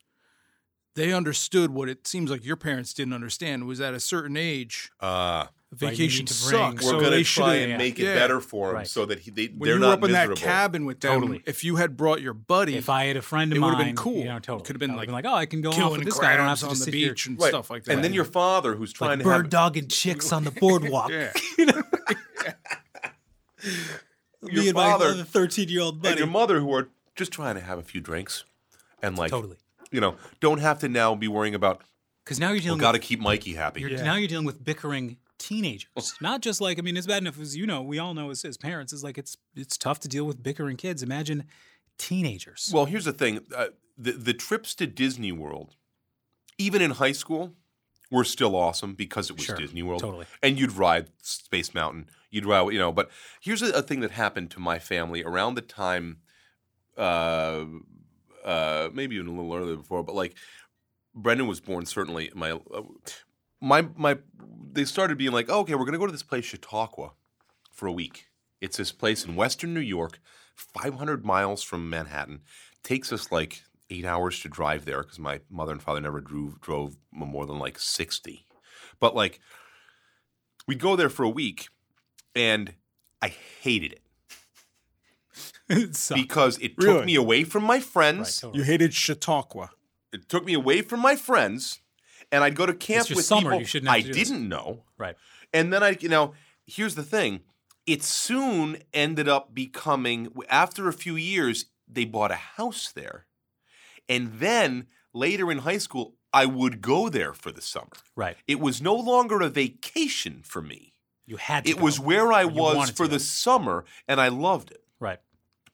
Speaker 5: they understood what it seems like your parents didn't understand was at a certain age,
Speaker 3: uh,
Speaker 4: you
Speaker 5: vacation
Speaker 4: need to bring-
Speaker 5: sucks.
Speaker 3: we're
Speaker 5: so
Speaker 3: gonna
Speaker 5: they
Speaker 3: try
Speaker 5: should've-
Speaker 3: and make it
Speaker 5: yeah.
Speaker 3: better for him
Speaker 4: Right.
Speaker 3: so that he they,
Speaker 5: When
Speaker 3: they're
Speaker 5: you were
Speaker 3: not
Speaker 5: up in
Speaker 3: miserable.
Speaker 5: that cabin with them,
Speaker 4: Totally.
Speaker 5: if you had brought your buddy,
Speaker 4: If I had a friend of
Speaker 5: It
Speaker 4: mine,
Speaker 5: would've been cool.
Speaker 4: You know,
Speaker 5: It
Speaker 4: totally.
Speaker 5: could've been
Speaker 4: I would've
Speaker 5: like
Speaker 4: been like, oh, I can go off
Speaker 5: killing
Speaker 4: with this guy. I don't have
Speaker 5: crabs
Speaker 4: to
Speaker 5: on
Speaker 4: just
Speaker 5: the
Speaker 4: sit here.
Speaker 5: beach and
Speaker 3: Right.
Speaker 5: stuff like that.
Speaker 3: And then your father, who's trying
Speaker 4: Like
Speaker 3: to have
Speaker 4: bird dogging chicks on the boardwalk.
Speaker 5: yeah.
Speaker 4: Me
Speaker 3: Your
Speaker 4: and my
Speaker 3: father-
Speaker 4: other 13 year old
Speaker 3: and
Speaker 4: buddy.
Speaker 3: your mother, who are just trying to have a few drinks, and like
Speaker 4: Totally.
Speaker 3: you know, don't have to now be worrying about.
Speaker 4: Because now you're
Speaker 3: Well,
Speaker 4: dealing
Speaker 3: got to
Speaker 4: with
Speaker 3: keep Mikey happy.
Speaker 4: you're, now you're dealing with bickering teenagers. Not just like I mean, it's bad enough as you know we all know as, as parents is like it's it's tough to deal with bickering kids. Imagine teenagers.
Speaker 3: Well, here's the thing: uh, the the trips to Disney World, even in high school, were still awesome because it was
Speaker 4: Sure,
Speaker 3: Disney World.
Speaker 4: totally.
Speaker 3: And you'd ride Space Mountain. You'd ride, you know. But here's a, a thing that happened to my family around the time, uh, uh, maybe even a little earlier before, but like Brendan was born. Certainly, my uh, my my they started being like, oh, okay, we're gonna go to this place, Chautauqua, for a week. It's this place in Western New York, 500 miles from Manhattan. Takes us like eight hours to drive there because my mother and father never drove drove more than like 60. But like, we go there for a week, and I hated it
Speaker 4: it sucked.
Speaker 3: because it took
Speaker 5: Really?
Speaker 3: me away from my
Speaker 4: Right,
Speaker 3: friends.
Speaker 4: totally.
Speaker 5: you hated Chautauqua.
Speaker 3: It took me away from my friends, and I'd go to camp
Speaker 4: your
Speaker 3: with
Speaker 4: summer,
Speaker 3: people
Speaker 4: you shouldn't have
Speaker 3: I
Speaker 4: to do this.
Speaker 3: didn't know.
Speaker 4: right.
Speaker 3: And then I, you know, here's the thing. It soon ended up becoming, after a few years, they bought a house there. And then later in high school, I would go there for the summer.
Speaker 4: Right.
Speaker 3: It was no longer a vacation for me.
Speaker 4: You had to
Speaker 3: It was
Speaker 4: go.
Speaker 3: where I
Speaker 4: Or you
Speaker 3: was
Speaker 4: wanted to
Speaker 3: for
Speaker 4: go.
Speaker 3: the summer, and I loved it.
Speaker 4: Right.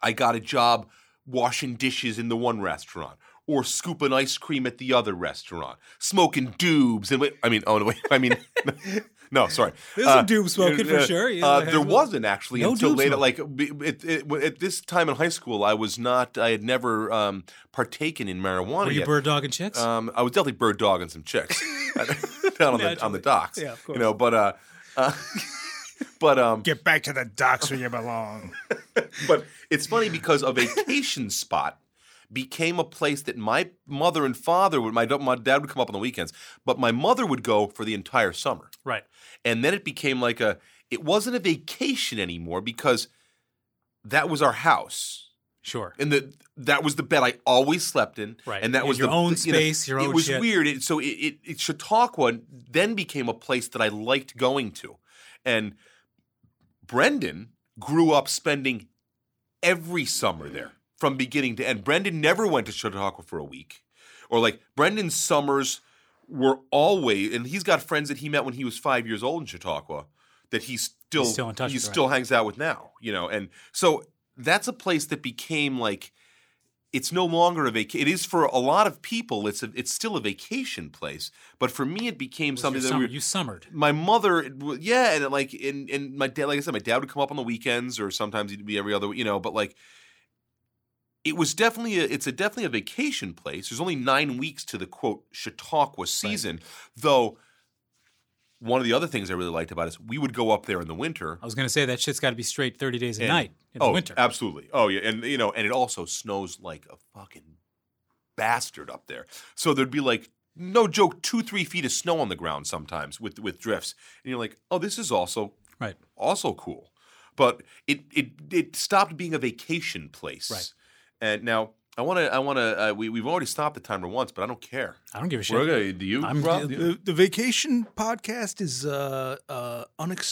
Speaker 3: I got a job washing dishes in the one restaurant, or scooping ice cream at the other restaurant, smoking doobs, and wait, I mean, oh no, wait, I mean, no, sorry,
Speaker 4: There's some doob smoking for sure, yeah,
Speaker 3: uh,
Speaker 4: I
Speaker 3: there
Speaker 4: have-
Speaker 3: wasn't actually
Speaker 4: No
Speaker 3: until
Speaker 4: doob
Speaker 3: later. Like b- it, it, at this time in high school, I was not, I had never um, partaken in marijuana.
Speaker 4: Were you
Speaker 3: yet.
Speaker 4: bird dogging chicks?
Speaker 3: Um, I was definitely bird dogging some chicks down on the on the docks.
Speaker 4: Yeah, of
Speaker 3: You know, but uh, uh but um,
Speaker 5: Get back to the docks where you belong.
Speaker 3: but it's funny because a vacation spot became a place that my mother and father would my, da- my dad would come up on the weekends but my mother would go for the entire summer
Speaker 4: right.
Speaker 3: and then it became like a it wasn't a vacation anymore because that was our house
Speaker 4: Sure.
Speaker 3: and the, that was the bed I always slept in
Speaker 4: Right.
Speaker 3: and that
Speaker 4: You
Speaker 3: was
Speaker 4: had your
Speaker 3: the,
Speaker 4: own
Speaker 3: you know,
Speaker 4: space, your
Speaker 3: it
Speaker 4: own
Speaker 3: was
Speaker 4: shit.
Speaker 3: weird it, so it, it, it Chautauqua then became a place that I liked going to and Brendan grew up spending every summer there from beginning to end. Brendan never went to Chautauqua for a week, or like Brendan's summers were always, and he's got friends that he met when he was five years old in Chautauqua that he still
Speaker 4: He's still in touch
Speaker 3: he
Speaker 4: with, right.
Speaker 3: still hangs out with now, you know, and so that's a place that became like. It's no longer a vacation. It is for a lot of people. It's a, it's still a vacation place, but for me, it became
Speaker 4: It was your
Speaker 3: something that
Speaker 4: summer.
Speaker 3: we
Speaker 4: you summered.
Speaker 3: my mother it w- yeah and it, like and, and my dad like i said my dad would come up on the weekends or sometimes he'd be every other you know but like it was definitely a, it's a definitely a vacation place there's only nine weeks to the quote chautauqua season though one of the other things i really liked about it is we would go up there in the winter
Speaker 4: I was gonna say that shit's got to be straight 30 days a
Speaker 3: and-
Speaker 4: night in
Speaker 3: oh,
Speaker 4: the winter.
Speaker 3: Absolutely. Oh yeah, and you know, and it also snows like a fucking bastard up there. So there'd be like no joke, two three feet of snow on the ground sometimes with with drifts, and you're like, oh, this is also
Speaker 4: right.
Speaker 3: also cool, but it it it stopped being a vacation place.
Speaker 4: Right.
Speaker 3: And now I want to I want to uh, we we've already stopped the timer once, but I don't care.
Speaker 4: I don't give a shit.
Speaker 3: We're gonna do you.
Speaker 4: I'm-
Speaker 3: Rob?
Speaker 5: The, the vacation podcast is uh, uh,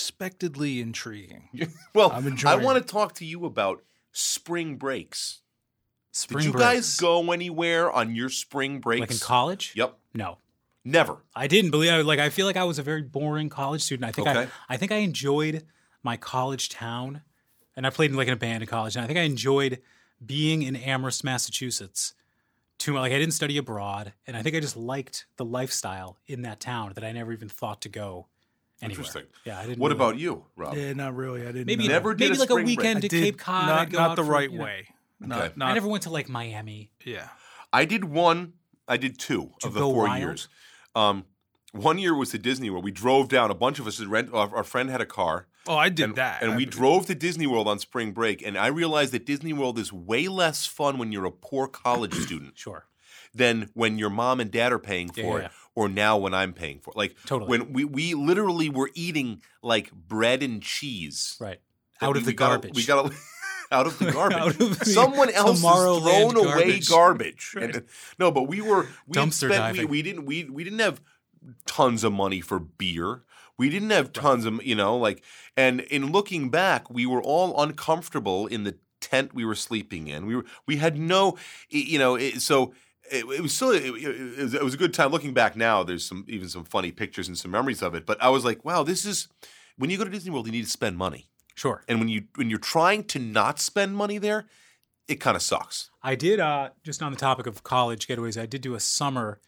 Speaker 5: unexpectedly intriguing.
Speaker 3: well,
Speaker 5: I'm
Speaker 3: I
Speaker 5: enjoying
Speaker 3: want to talk to you about spring breaks.
Speaker 4: Spring
Speaker 3: Did you guys
Speaker 4: breaks.
Speaker 3: go anywhere on your spring breaks?
Speaker 4: like in college?
Speaker 3: Yep.
Speaker 4: No.
Speaker 3: Never.
Speaker 4: I didn't believe I like I feel like I was a very boring college student. I think
Speaker 3: Okay.
Speaker 4: I I think I enjoyed my college town and I played in like in a band in college and I think I enjoyed being in Amherst, Massachusetts too much. Like I didn't study abroad, and I think I just liked the lifestyle in that town that I never even thought to go anywhere.
Speaker 3: Interesting.
Speaker 4: Yeah, I didn't.
Speaker 3: What
Speaker 4: really-
Speaker 3: about you, Rob?
Speaker 5: Yeah, Eh, not really. I didn't.
Speaker 4: maybe
Speaker 5: know.
Speaker 3: Never did
Speaker 4: maybe
Speaker 3: a
Speaker 4: like
Speaker 3: spring
Speaker 4: a
Speaker 3: break.
Speaker 4: weekend
Speaker 5: I
Speaker 4: to
Speaker 5: did
Speaker 4: Cape Cod?
Speaker 5: Not,
Speaker 4: I'd go
Speaker 5: not
Speaker 4: out
Speaker 5: the
Speaker 4: for,
Speaker 5: right
Speaker 4: you know-
Speaker 5: way.
Speaker 3: Okay.
Speaker 5: Not, not
Speaker 4: I never went to like Miami.
Speaker 5: Yeah.
Speaker 3: I did one. I did two
Speaker 4: you
Speaker 3: of the
Speaker 4: go
Speaker 3: four
Speaker 4: wild?
Speaker 3: years. Um, one year was to Disney World. We drove down. A bunch of us had rent. Our, our friend had a car,
Speaker 5: Oh, I did that.
Speaker 3: and we drove to Disney World on spring break. And I realized that Disney World is way less fun when you're a poor college student
Speaker 4: Sure.
Speaker 3: than when your mom and dad are paying for
Speaker 4: Yeah,
Speaker 3: it
Speaker 4: yeah.
Speaker 3: or now when I'm paying for it. Like
Speaker 4: Totally.
Speaker 3: when we, we literally were eating like bread and cheese.
Speaker 4: Right.
Speaker 3: that
Speaker 4: Out
Speaker 3: we-
Speaker 4: of the
Speaker 3: we gotta-
Speaker 4: garbage.
Speaker 3: we got out of the garbage.
Speaker 4: Out of the
Speaker 3: Someone else has
Speaker 4: Tomorrowland
Speaker 3: thrown away
Speaker 4: garbage.
Speaker 3: garbage. And- no, but we were we had
Speaker 4: Dumpster
Speaker 3: spent, we,
Speaker 4: diving.
Speaker 3: we didn't we we didn't have tons of money for beer. We didn't have tons of you know like and in looking back, we were all uncomfortable in the tent we were sleeping in. We were we had no y- you know it, so. It, it was still it, it was, it was a good time. Looking back now, there's some even some funny pictures and some memories of it. But I was like, wow, this is when you go to Disney World, you need to spend money
Speaker 4: Sure.
Speaker 3: and when you when you're trying to not spend money there, it kind of sucks.
Speaker 4: I did uh, just on the topic of college getaways. I did do a summer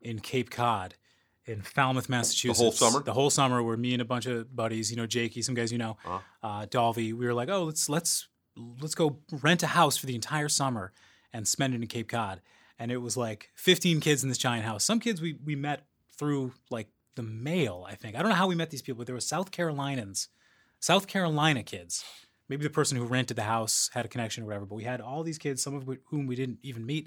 Speaker 4: in Cape Cod, in Falmouth, Massachusetts.
Speaker 3: summer?
Speaker 4: The whole summer, where me and a bunch of buddies, you know, Jakey, some guys you know, uh Dalvey, we were like, oh, let's let's let's go rent a house for the entire summer and spend it in Cape Cod. And it was like 15 kids in this giant house. Some kids we we met through like the mail, I think. I don't know how we met these people, but there were South Carolinians, South Carolina kids maybe the person who rented the house had a connection or whatever, but we had all these kids, some of wh- whom we didn't even meet,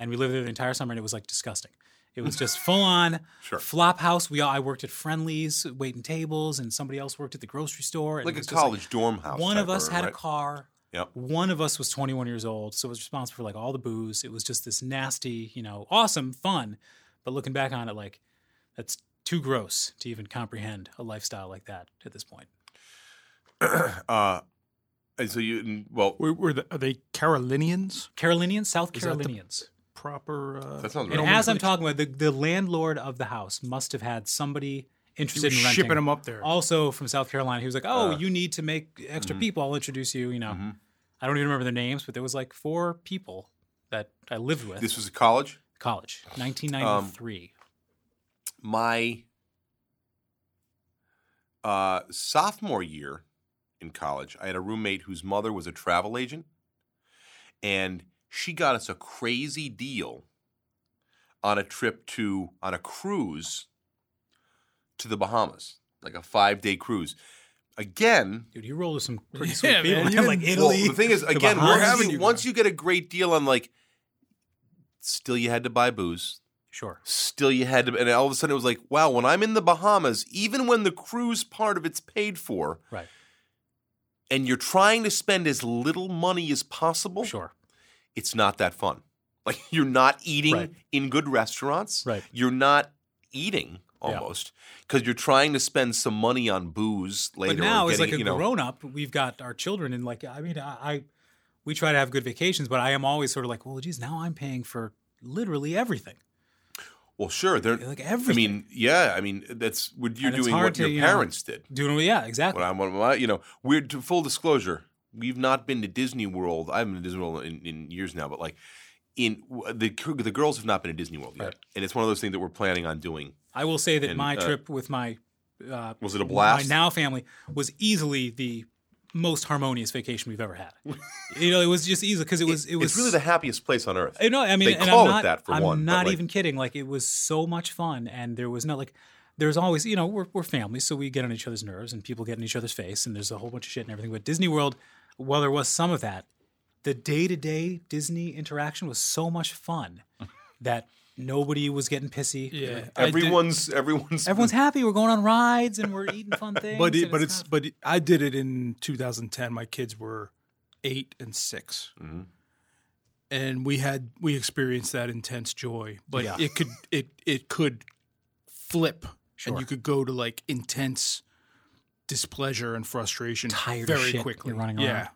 Speaker 4: and we lived there the entire summer, and it was like disgusting. It was just full on flop house. We all, I worked at Friendly's, waiting tables, and somebody else worked at the grocery store. and
Speaker 3: Like
Speaker 4: it
Speaker 3: a
Speaker 4: was just, like,
Speaker 3: college dorm house.
Speaker 4: One
Speaker 3: type
Speaker 4: of us
Speaker 3: or-
Speaker 4: had a
Speaker 3: right?
Speaker 4: car.
Speaker 3: Yep.
Speaker 4: One of us was 21 years old, so was responsible for like all the booze. It was just this nasty, you know, awesome fun, but looking back on it, like that's too gross to even comprehend a lifestyle like that at this point.
Speaker 3: Uh, and so you and- well,
Speaker 5: Were, were the, are they Carolinians?
Speaker 4: Carolinians, South
Speaker 5: that the-
Speaker 4: Carolinians.
Speaker 5: Proper. Uh,
Speaker 3: that sounds
Speaker 4: And
Speaker 3: right.
Speaker 4: as I'm talking about, the, the landlord of the house must have had somebody
Speaker 5: you were
Speaker 4: interested in renting.
Speaker 5: shipping them up there. Uh, mm-hmm.
Speaker 4: Also from South Carolina, he was like, "Oh, you need to make extra people. I'll introduce you." You know, I don't even remember their names, but there was like four people that I lived with.
Speaker 3: this was a college.
Speaker 4: college,
Speaker 5: Um,
Speaker 4: 1993.
Speaker 3: My uh, sophomore year in college, I had a roommate whose mother was a travel agent, and she got us a crazy deal on a trip to on a cruise to the Bahamas, like a five day cruise. Again,
Speaker 4: Dude, you rolled with some pretty
Speaker 5: Yeah,
Speaker 4: sweet people.
Speaker 5: man, you
Speaker 4: like
Speaker 5: didn't-
Speaker 3: Well,
Speaker 4: Italy.
Speaker 3: the thing is,
Speaker 4: the
Speaker 3: again,
Speaker 4: Bahamas.
Speaker 3: once,
Speaker 5: having
Speaker 3: you,
Speaker 5: you
Speaker 3: once you get a great deal on like, still you had to buy booze.
Speaker 4: sure.
Speaker 3: Still you had to, and all of a sudden it was like, wow, when I'm in the Bahamas, even when the cruise part of it's paid for,
Speaker 4: Right.
Speaker 3: and you're trying to spend as little money as possible,
Speaker 4: Sure.
Speaker 3: it's not that fun. Like you're not eating
Speaker 4: Right.
Speaker 3: in good restaurants.
Speaker 4: Right.
Speaker 3: You're not eating
Speaker 4: Yeah.
Speaker 3: almost because you're trying to spend some money on booze later.
Speaker 4: But now,
Speaker 3: or
Speaker 4: as
Speaker 3: getting,
Speaker 4: like a
Speaker 3: you know,
Speaker 4: grown up, we've got our children, and like I mean, I, I we try to have good vacations, but I am always sort of like, well, geez, now I'm paying for literally everything,
Speaker 3: Well, sure. They're
Speaker 4: like
Speaker 3: I
Speaker 4: everything.
Speaker 3: mean, yeah. I mean, that's what you're
Speaker 4: And it's
Speaker 3: doing.
Speaker 4: hard
Speaker 3: What
Speaker 4: to,
Speaker 3: your
Speaker 4: you know,
Speaker 3: parents did.
Speaker 4: doing yeah, exactly.
Speaker 3: What I'm, what I- you know, weird. To full disclosure, we've not been to Disney World. I haven't been to Disney World in, in years now, but like, in w- the cr- the girls have not been to Disney World yet,
Speaker 4: Right.
Speaker 3: and it's one of those things that we're planning on doing.
Speaker 4: I will say that
Speaker 3: And,
Speaker 4: my
Speaker 3: uh,
Speaker 4: trip with my uh,
Speaker 3: Was it a blast?
Speaker 4: My now family was easily the most harmonious vacation we've ever had. you know, it was just easy because it was it, was
Speaker 3: it's really the happiest place on earth.
Speaker 4: I know. Uh, I mean,
Speaker 3: They
Speaker 4: and
Speaker 3: call it
Speaker 4: I'm not,
Speaker 3: that for
Speaker 4: I'm
Speaker 3: one, but,
Speaker 4: not
Speaker 3: like-
Speaker 4: even kidding. Like it was so much fun, and there was no like. There's always, you know, we're we're family, so we get on each other's nerves, and people get in each other's face, and there's a whole bunch of shit and everything. But Disney World, while there was some of that, the day to day Disney interaction was so much fun that nobody was getting pissy.
Speaker 5: yeah. I did-
Speaker 3: Everyone's everyone's
Speaker 4: Everyone's happy. We're going on rides and we're eating fun things.
Speaker 5: But it,
Speaker 4: and
Speaker 5: but it's
Speaker 4: not-
Speaker 5: but it- I did it in 2010. My kids were eight and 6
Speaker 3: Mm-hmm.
Speaker 5: and we had we experienced that intense joy. But
Speaker 4: Yeah.
Speaker 5: it could it it could flip,
Speaker 4: Sure.
Speaker 5: and you could go to like intense displeasure and frustration
Speaker 4: Tired as
Speaker 5: very
Speaker 4: shit.
Speaker 5: quickly.
Speaker 4: You're running
Speaker 5: yeah,
Speaker 4: around.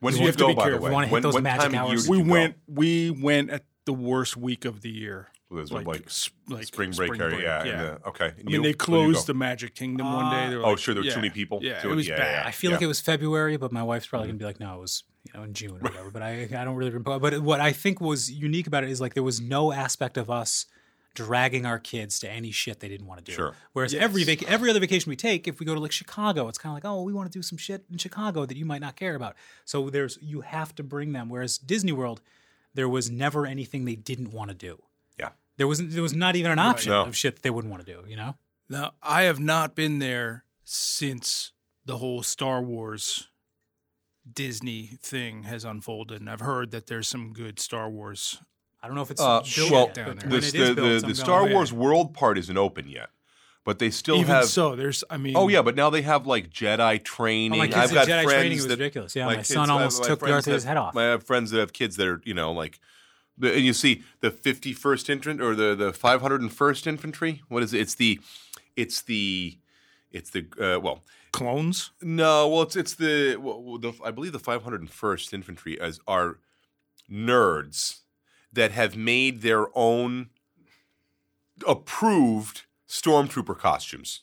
Speaker 3: When
Speaker 5: You
Speaker 3: did you
Speaker 5: have to
Speaker 3: go?
Speaker 5: be
Speaker 3: By the
Speaker 5: careful.
Speaker 3: way,
Speaker 4: You wanna hit
Speaker 3: when,
Speaker 4: those
Speaker 3: when
Speaker 4: magic
Speaker 3: time of year
Speaker 4: hours.
Speaker 3: did
Speaker 5: we
Speaker 3: you go?
Speaker 5: went we went at the worst week of the year.
Speaker 3: It was
Speaker 5: like,
Speaker 3: like,
Speaker 5: s- like
Speaker 3: spring break
Speaker 5: spring
Speaker 3: area.
Speaker 5: break,
Speaker 3: Yeah, and,
Speaker 5: yeah.
Speaker 3: uh, okay.
Speaker 5: I mean, they closed the Magic Kingdom one day. They were
Speaker 3: Oh,
Speaker 5: like,
Speaker 3: sure, there were too
Speaker 5: yeah,
Speaker 3: many people
Speaker 5: Yeah,
Speaker 3: to
Speaker 5: it
Speaker 3: it,
Speaker 5: was
Speaker 3: yeah, Mm-hmm. yeah,
Speaker 5: bad.
Speaker 3: yeah.
Speaker 4: I feel like it was February, but my wife's probably gonna be like, "No, it was you know in June or whatever. But I I don't really remember. But what I think was unique about it is like there was no aspect of us dragging our kids to any shit they didn't want to do.
Speaker 3: Sure.
Speaker 4: Whereas every vac- every other vacation we take, if we go to like Chicago, it's kind of like oh we want to do some shit in Chicago that you might not care about. So there's you have to bring them. Whereas Disney World, there was never anything they didn't want to do.
Speaker 3: Yeah.
Speaker 4: There wasn't. There was not even an option
Speaker 3: No.
Speaker 4: of shit that they wouldn't want to do. You know.
Speaker 5: Now, I have not been there since the whole Star Wars Disney thing has unfolded, and I've heard that there's some good Star Wars.
Speaker 4: I don't know if it's
Speaker 3: Uh,
Speaker 4: built
Speaker 3: well,
Speaker 4: yet, but
Speaker 5: the-
Speaker 4: when
Speaker 3: This-
Speaker 4: it is
Speaker 3: the,
Speaker 4: built,
Speaker 3: the,
Speaker 4: it's
Speaker 3: the
Speaker 4: on
Speaker 3: Star
Speaker 4: Broadway.
Speaker 3: Wars World part isn't open yet, but they still
Speaker 5: Even
Speaker 3: have.
Speaker 5: so, there's, I mean,
Speaker 3: oh yeah, but now they have like Jedi training.
Speaker 4: Oh, my kids
Speaker 3: I've
Speaker 4: did
Speaker 3: got
Speaker 4: Jedi
Speaker 3: friends
Speaker 4: training was
Speaker 3: that
Speaker 4: ridiculous. Yeah, my,
Speaker 3: kids-
Speaker 4: son
Speaker 3: I-
Speaker 4: almost
Speaker 3: my
Speaker 4: took
Speaker 3: friends
Speaker 4: Darth Vader's
Speaker 3: have-
Speaker 4: head off.
Speaker 3: My I have friends that have kids that are you know like, the, and you see the fifty first infant or the the five hundred and first infantry. What is it? It's the, it's the, it's the uh, well.
Speaker 5: clones.
Speaker 3: No, well, it's it's the, well, well, the I believe the 501st Infantry as are nerds that have made their own approved stormtrooper costumes.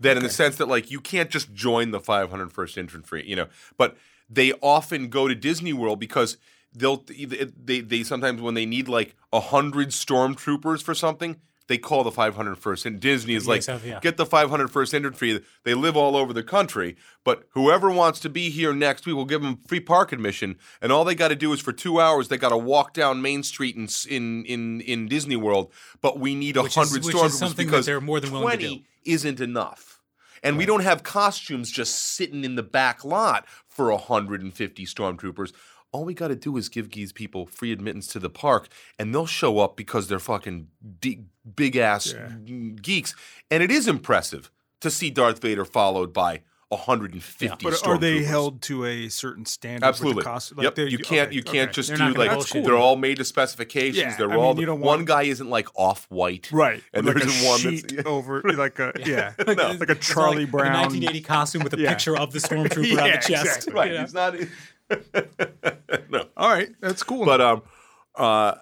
Speaker 3: That in the sense that like you can't just join the 501st Infantry, you know, but they often go to Disney World because they'll they they sometimes when they need like a hundred stormtroopers for something. They call the 501st, and Disney is like,
Speaker 4: Yes, yeah.
Speaker 3: get the 501st Infantry. They live all over the country, but whoever wants to be here next, we will give them free park admission. And all they got to do is for two hours, they got to walk down Main Street in s- in in, in Disney World. But we need a
Speaker 4: Which is-
Speaker 3: hundred
Speaker 4: which is
Speaker 3: stormtroopers
Speaker 4: something that
Speaker 3: because
Speaker 4: they're more than willing to
Speaker 3: 20
Speaker 4: do.
Speaker 3: isn't enough. And we don't have costumes just sitting in the back lot for 150 stormtroopers. All we got to do is give these people free admittance to the park, and they'll show up because they're fucking big ass geeks. And it is impressive to see Darth Vader followed by 150
Speaker 5: But are they
Speaker 3: stormtroopers.
Speaker 5: held to a certain standard?
Speaker 3: Absolutely.
Speaker 5: With the cost?
Speaker 3: yep.
Speaker 5: they-
Speaker 3: you can't.
Speaker 5: okay,
Speaker 3: you can't
Speaker 5: okay.
Speaker 3: just
Speaker 4: They're not
Speaker 3: do
Speaker 4: gonna
Speaker 3: like
Speaker 4: bullshit.
Speaker 3: they're all made to specifications.
Speaker 5: Yeah,
Speaker 3: they're
Speaker 5: I
Speaker 3: all
Speaker 5: mean, you don't
Speaker 3: one
Speaker 5: want-
Speaker 3: guy isn't like off white,
Speaker 5: right?
Speaker 3: And
Speaker 5: like
Speaker 3: there
Speaker 5: a
Speaker 3: isn't one that's-
Speaker 5: sheet over like a yeah,
Speaker 4: It's-
Speaker 5: like a
Speaker 4: it's
Speaker 5: Charlie
Speaker 4: like
Speaker 5: Brown.
Speaker 4: a 1980 costume with a
Speaker 5: Yeah.
Speaker 4: picture of the stormtrooper on
Speaker 5: Yeah,
Speaker 4: the chest.
Speaker 5: exactly.
Speaker 3: Right.
Speaker 4: You know?
Speaker 3: It's not. e-, no.
Speaker 5: All right, that's cool.
Speaker 3: But um, uh,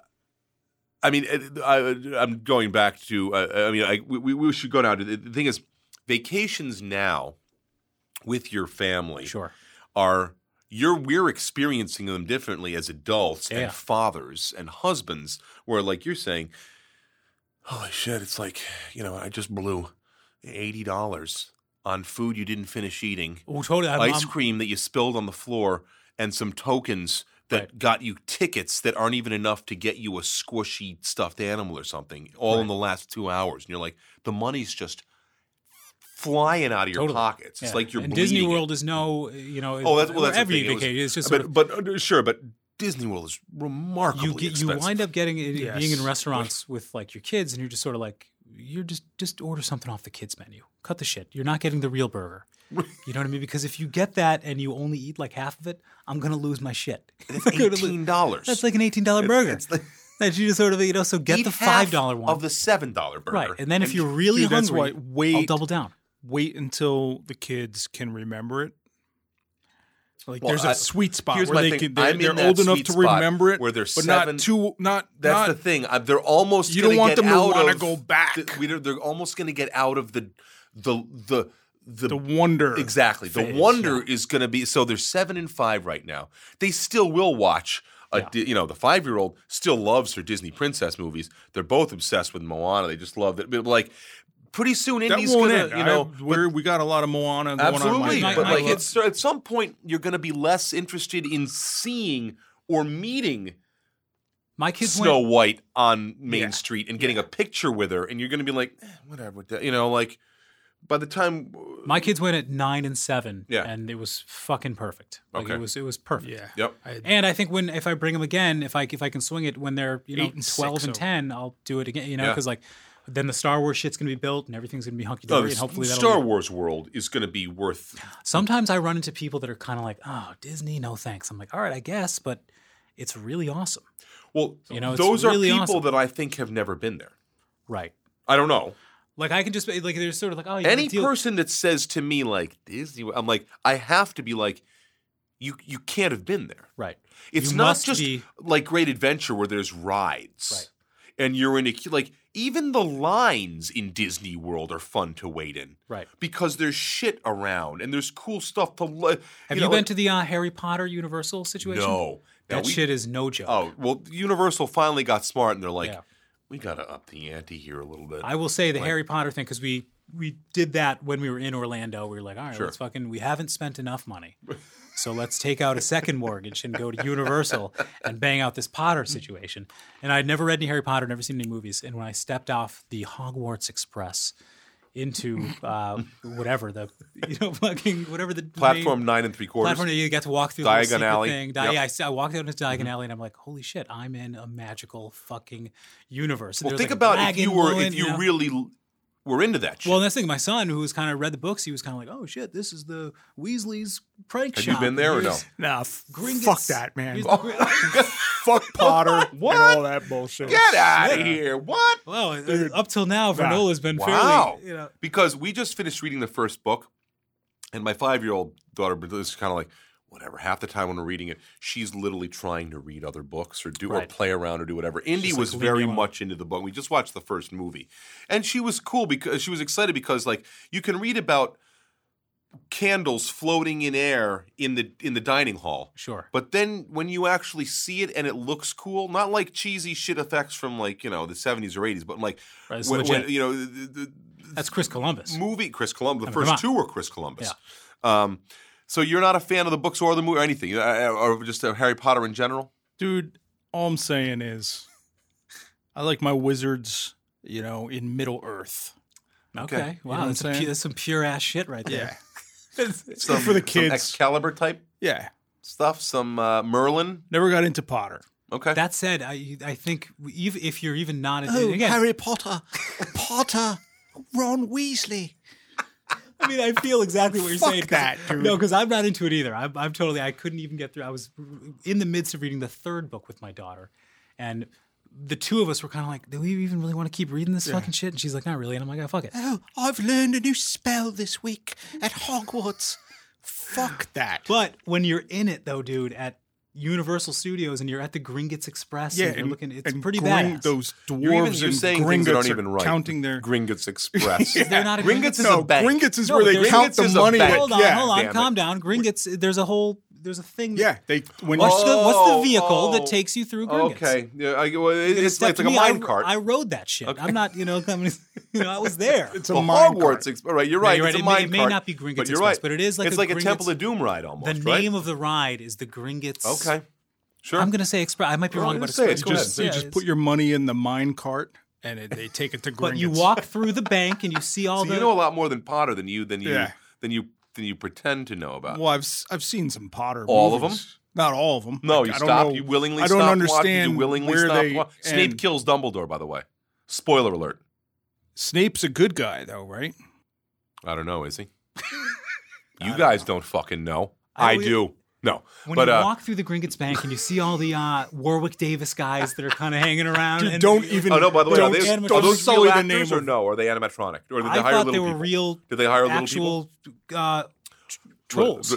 Speaker 3: I mean, it- I, I'm going back to. Uh, I mean, I, we we should go now to the, the thing is vacations now with your family
Speaker 4: Sure.
Speaker 3: are you're we're experiencing them differently as adults
Speaker 4: Yeah.
Speaker 3: and fathers and husbands where like you're saying holy shit it's like you know i just blew $80 on food you didn't finish eating
Speaker 4: Oh, totally. I'm,
Speaker 3: ice
Speaker 4: I'm-
Speaker 3: cream that you spilled on the floor and some tokens that
Speaker 4: Right.
Speaker 3: got you tickets that aren't even enough to get you a squishy stuffed animal or something all in the last two hours and you're like the money's just flying out of your
Speaker 4: Totally.
Speaker 3: pockets it's
Speaker 4: yeah.
Speaker 3: like you're
Speaker 4: and
Speaker 3: bleeding
Speaker 4: Disney
Speaker 3: it.
Speaker 4: World is no, you know,
Speaker 3: Oh, that's well. That's the
Speaker 4: every
Speaker 3: thing. It was-
Speaker 4: vacation. It's just
Speaker 3: but,
Speaker 4: sort of,
Speaker 3: but uh, sure, but Disney World is remarkably
Speaker 4: you get, you
Speaker 3: expensive.
Speaker 4: wind up getting it,
Speaker 5: Yes.
Speaker 4: being in restaurants with like your kids, and you're just sort of like you're just just order something off the kids menu. Cut the shit. You're not getting the real burger. You know what I mean? Because if you get that and you only eat like half of it, I'm gonna lose my shit.
Speaker 3: That's
Speaker 4: I'm gonna lose-
Speaker 3: eighteen dollars.
Speaker 4: That's like an eighteen dollar burger.
Speaker 3: it's like-
Speaker 4: that you just sort of you know. So get the five dollar one
Speaker 3: of the seven dollar burger.
Speaker 4: right, and then if you're really
Speaker 5: Dude, that's
Speaker 4: hungry,
Speaker 5: why
Speaker 4: I'll
Speaker 5: wait
Speaker 4: double down.
Speaker 5: wait until the kids can remember it. Like
Speaker 3: Well,
Speaker 5: there's a
Speaker 3: I-
Speaker 5: sweet spot
Speaker 3: here's my
Speaker 5: where they
Speaker 3: thing.
Speaker 5: can
Speaker 3: I'm
Speaker 5: they're,
Speaker 3: in
Speaker 5: they're
Speaker 3: that
Speaker 5: old enough
Speaker 3: sweet
Speaker 5: to
Speaker 3: spot
Speaker 5: remember it,
Speaker 3: where they're
Speaker 5: but
Speaker 3: seven-
Speaker 5: not too not
Speaker 3: that's
Speaker 5: not
Speaker 3: the thing. I, they're almost.
Speaker 5: You don't
Speaker 3: gonna
Speaker 5: want
Speaker 3: get
Speaker 5: them to
Speaker 3: out
Speaker 5: wanna
Speaker 3: of
Speaker 5: go back.
Speaker 3: The, we, don't- they're almost going to get out of the the the the.
Speaker 5: the wonder
Speaker 3: Exactly. The
Speaker 5: phase,
Speaker 3: wonder is going to be so they're seven and five right now. They still will watch, a, Di- you know, the five year old still loves her Disney princess movies. They're both obsessed with Moana. They just love it. But like, pretty soon,
Speaker 5: That
Speaker 3: Indy's
Speaker 5: won't
Speaker 3: going
Speaker 5: end.
Speaker 3: to, you know,
Speaker 5: I, we're, we got a lot of Moana. Going on right
Speaker 3: Absolutely,
Speaker 5: now.
Speaker 3: but
Speaker 4: I
Speaker 3: like
Speaker 4: love-
Speaker 3: it's, at some point you're going to be less interested in seeing or meeting
Speaker 4: My kids
Speaker 3: Snow
Speaker 4: went.
Speaker 3: White on Main
Speaker 5: Yeah.
Speaker 3: Street and getting a picture with her, and you're going to be like, eh, whatever, that- you know, like by the time
Speaker 4: My kids went at nine and seven.
Speaker 3: Yeah.
Speaker 4: and it was fucking perfect. Like
Speaker 3: Okay.
Speaker 4: it was it was perfect.
Speaker 5: yeah,
Speaker 3: Yep.
Speaker 4: And I think when if I bring them again, if I if I can swing it when they're you know
Speaker 5: Eight and six,
Speaker 4: twelve and
Speaker 5: so-
Speaker 4: ten, I'll do it again. You know,
Speaker 3: Yeah.
Speaker 4: because like then the Star Wars shit's gonna be built and everything's gonna be hunky
Speaker 3: Oh,
Speaker 4: dory, and
Speaker 3: the
Speaker 4: hopefully that'll
Speaker 3: Star
Speaker 4: be-
Speaker 3: Wars world is going to be worth.
Speaker 4: Sometimes I run into people that are kind of like, oh, Disney, no thanks. I'm like, all right, I guess, but it's really awesome,
Speaker 3: Well,
Speaker 4: You know, it's
Speaker 3: those
Speaker 4: really
Speaker 3: are people
Speaker 4: awesome.
Speaker 3: that I think have never been there.
Speaker 4: right?
Speaker 3: I don't know.
Speaker 4: Like I can just like there's sort of like oh you
Speaker 3: Any
Speaker 4: deal-
Speaker 3: person that says to me like Disney, World," I'm like, I have to be like, you you can't have been there.
Speaker 4: right?
Speaker 3: It's
Speaker 4: You
Speaker 3: not
Speaker 4: must
Speaker 3: just
Speaker 4: be-
Speaker 3: like Great Adventure where there's rides,
Speaker 4: Right.
Speaker 3: and you're in a queue. Like Even the lines in Disney World are fun to wait in.
Speaker 4: Right.
Speaker 3: Because there's shit around and there's cool stuff to look.
Speaker 4: Have you, been to the uh, Harry Potter Universal situation?
Speaker 3: No. Now
Speaker 4: That
Speaker 3: we-
Speaker 4: shit is no joke.
Speaker 3: Oh, well, Universal finally got smart and they're like,
Speaker 4: Yeah.
Speaker 3: we got to up the ante here a little bit.
Speaker 4: I will say the Harry Potter thing because we we did that when we were in Orlando. We were like, all right,
Speaker 3: Sure.
Speaker 4: let's fucking. We haven't spent enough money, so let's take out a second mortgage and go to Universal and bang out this Potter situation. And I'd never read any Harry Potter, never seen any movies. And when I stepped off the Hogwarts Express into uh, whatever the you know fucking whatever the
Speaker 3: Platform nine and three quarters.
Speaker 4: platform that you get to walk through the little
Speaker 3: Diagon
Speaker 4: secret
Speaker 3: Alley.
Speaker 4: thing. Di-
Speaker 3: Yep. Mm-hmm.
Speaker 4: yeah, I, s- I walked out into Diagon Alley and I'm like, holy shit, I'm in a magical fucking universe. And
Speaker 3: well,
Speaker 4: there's,
Speaker 3: think
Speaker 4: like, a
Speaker 3: about if
Speaker 4: dragon
Speaker 3: you were,
Speaker 4: blowing,
Speaker 3: if you
Speaker 4: know?
Speaker 3: really l- were into that shit.
Speaker 4: Well, that's the thing. My son, who's kind of read the books, he was kind of like, "Oh shit, this is the Weasley's prank
Speaker 3: Have
Speaker 4: shop."
Speaker 3: you been there or no?
Speaker 4: Here's-
Speaker 5: Nah, f-
Speaker 4: Gringotts-
Speaker 5: fuck that, man.
Speaker 4: here's the Gr-
Speaker 5: fuck Potter
Speaker 3: What?
Speaker 5: and all that bullshit.
Speaker 3: Get out of here. What?
Speaker 4: well, uh, up till now, Vernola's been
Speaker 3: Wow.
Speaker 4: fairly, you know,
Speaker 3: Because we just finished reading the first book, and my five year old daughter is kind of like, whatever. Half the time when we're reading it, she's literally trying to read other books or do or
Speaker 4: Right.
Speaker 3: play around or do whatever. Indy
Speaker 4: like,
Speaker 3: was
Speaker 4: leave me
Speaker 3: very
Speaker 4: alone.
Speaker 3: much into the book. We just watched the first movie, and she was cool because she was excited because like you can read about candles floating in air in the in the dining hall.
Speaker 4: sure.
Speaker 3: But then when you actually see it and it looks cool, not like cheesy shit effects from like, you know, the 70s or 80s, but like
Speaker 4: Right, it's
Speaker 3: when, when,
Speaker 4: legit.
Speaker 3: you know, the, the-
Speaker 4: That's Chris Columbus.
Speaker 3: movie Chris Columbus. The
Speaker 4: mean, come
Speaker 3: first two were Chris Columbus.
Speaker 4: Yeah.
Speaker 3: Um, so you're not a fan of the books or the movie or anything, uh, or just uh, Harry Potter in general.
Speaker 5: Dude, all I'm saying is I like my wizards, you know, in Middle Earth.
Speaker 4: Okay,
Speaker 3: okay.
Speaker 4: wow,
Speaker 5: You know what
Speaker 4: that's,
Speaker 5: I'm
Speaker 4: a, pu-
Speaker 5: saying?
Speaker 4: that's some pure ass shit right there.
Speaker 3: Some,
Speaker 5: for the
Speaker 3: some
Speaker 5: kids.
Speaker 3: Excalibur type
Speaker 5: Yeah.
Speaker 3: stuff. Some uh, Merlin.
Speaker 5: Never got into Potter.
Speaker 3: Okay,
Speaker 4: That said, I I think we- ev- if you're even not oh, again,
Speaker 5: Potter. Potter. Ron Weasley.
Speaker 4: I mean, I feel exactly what you're
Speaker 5: Fuck
Speaker 4: saying. 'cause-
Speaker 5: that, dude.
Speaker 4: No, because I'm not into it either. I'm, I'm totally. I couldn't even get through. I was in the midst of reading the third book with my daughter, and the two of us were kind of like, "Do we even really want to keep reading this fucking shit?" And she's like, "Not really." And I'm like, "Oh, fuck it."
Speaker 5: Oh, I've learned a new spell this week at Hogwarts. Fuck that.
Speaker 4: But when you're in it, though, dude, at Universal Studios and you're at the Gringotts Express, and you're looking, it's pretty
Speaker 5: gring-
Speaker 4: badass.
Speaker 5: Those dwarves
Speaker 3: you're, even,
Speaker 5: and
Speaker 3: you're saying things that
Speaker 5: Gringotts
Speaker 3: aren't
Speaker 5: are
Speaker 3: even right.
Speaker 5: counting their
Speaker 3: Gringotts Express.
Speaker 4: They're not a
Speaker 3: Gringotts is
Speaker 5: no,
Speaker 3: a bank.
Speaker 5: Gringotts is
Speaker 4: No,
Speaker 5: where they
Speaker 4: there's-
Speaker 5: count the
Speaker 3: Gringotts is a
Speaker 5: money.
Speaker 3: bank.
Speaker 5: that-
Speaker 4: hold on,
Speaker 5: yeah,
Speaker 4: hold on,
Speaker 3: damn
Speaker 4: calm
Speaker 3: it.
Speaker 4: down. Gringotts, there's a whole, there's a thing.
Speaker 5: Yeah, they when you
Speaker 4: What's the what's the
Speaker 3: Oh,
Speaker 4: vehicle
Speaker 3: oh,
Speaker 4: that takes you through Gringotts?
Speaker 3: Okay, yeah, I, well, it-
Speaker 4: It
Speaker 3: it's,
Speaker 4: stepped
Speaker 3: like- it's like a
Speaker 4: me. I-
Speaker 3: mine cart.
Speaker 4: I rode that shit. I'm not, you know, coming, you know, I was there.
Speaker 5: It's
Speaker 3: the
Speaker 5: a mine
Speaker 3: Hogwarts.
Speaker 5: cart.
Speaker 3: Exp- right, you're right.
Speaker 4: you're right.
Speaker 3: It's
Speaker 4: It
Speaker 3: a
Speaker 4: may-
Speaker 3: mine
Speaker 4: it may
Speaker 3: cart,
Speaker 4: not be Gringotts
Speaker 3: but you're
Speaker 4: Express,
Speaker 3: right.
Speaker 4: but it is like
Speaker 3: it's
Speaker 4: a
Speaker 3: like a
Speaker 4: Gringotts-
Speaker 3: Temple of Doom ride
Speaker 4: the
Speaker 3: almost.
Speaker 4: name
Speaker 3: right?
Speaker 4: of the ride is the Gringotts.
Speaker 3: Okay, sure.
Speaker 4: I'm gonna say Express. I might be
Speaker 3: Well,
Speaker 4: wrong
Speaker 3: you
Speaker 4: about
Speaker 3: say it.
Speaker 4: Express.
Speaker 3: Go ahead.
Speaker 5: just you
Speaker 3: Yeah,
Speaker 5: just put your money in the mine cart and it, they take it to Gringotts.
Speaker 4: But you walk through the bank and you see all
Speaker 3: So
Speaker 4: the.
Speaker 3: you know a lot more than Potter than you than you
Speaker 5: Yeah.
Speaker 3: than you than you pretend to know about.
Speaker 5: Well, I've s- I've seen some Potter.
Speaker 3: All of
Speaker 5: movies. Not all of them.
Speaker 3: no, you
Speaker 5: I, I don't
Speaker 3: stop.
Speaker 5: know-
Speaker 3: You willingly.
Speaker 5: I don't
Speaker 3: stop
Speaker 5: understand
Speaker 3: Watching, you willingly
Speaker 5: where
Speaker 3: stop.
Speaker 5: they
Speaker 3: wa- Snape
Speaker 5: end.
Speaker 3: kills Dumbledore. By the way, spoiler alert.
Speaker 5: Snape's a good guy though, right?
Speaker 3: I don't know. Is he? you guys don't fucking know.
Speaker 4: I
Speaker 3: I,
Speaker 4: always-
Speaker 3: do. No,
Speaker 4: when
Speaker 3: but
Speaker 4: you
Speaker 3: uh,
Speaker 4: walk through the Gringotts Bank and you see all the uh, Warwick Davis guys that are kind of hanging around.
Speaker 5: Dude,
Speaker 4: and
Speaker 5: don't even.
Speaker 3: oh no. By the way, are,
Speaker 5: don't,
Speaker 3: they,
Speaker 4: animat-
Speaker 5: don't
Speaker 3: are those
Speaker 5: sully
Speaker 3: real
Speaker 5: the
Speaker 3: actors
Speaker 5: name
Speaker 3: or
Speaker 5: of-
Speaker 3: no? Are they animatronic or did they
Speaker 4: I
Speaker 3: hire
Speaker 4: thought
Speaker 3: little
Speaker 4: they were
Speaker 3: people?
Speaker 4: real,
Speaker 3: Did they hire little people?
Speaker 4: actual uh, tr- trolls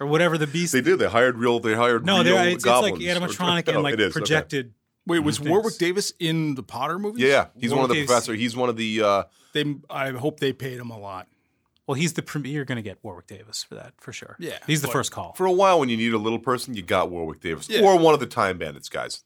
Speaker 4: or whatever the beast.
Speaker 3: They did. They hired real. They hired
Speaker 4: no,
Speaker 3: real
Speaker 4: they're it's, it's like
Speaker 3: goblins.
Speaker 4: animatronic
Speaker 3: No,
Speaker 4: and like
Speaker 3: it is, okay.
Speaker 4: projected.
Speaker 5: Wait, was
Speaker 4: Thanks.
Speaker 5: Warwick Davis in the Potter movies?
Speaker 3: Yeah, yeah. He's one of the
Speaker 4: Warwick Davis-
Speaker 3: professor. He's one of the. uh
Speaker 5: They, I hope they paid him a lot.
Speaker 4: Well, he's the premier. You're going to get Warwick Davis for that for sure.
Speaker 5: Yeah,
Speaker 4: he's the
Speaker 5: but-
Speaker 4: first call.
Speaker 3: For a while, when you needed a little person, you got Warwick Davis
Speaker 5: Yeah.
Speaker 3: or one of the Time Bandits guys.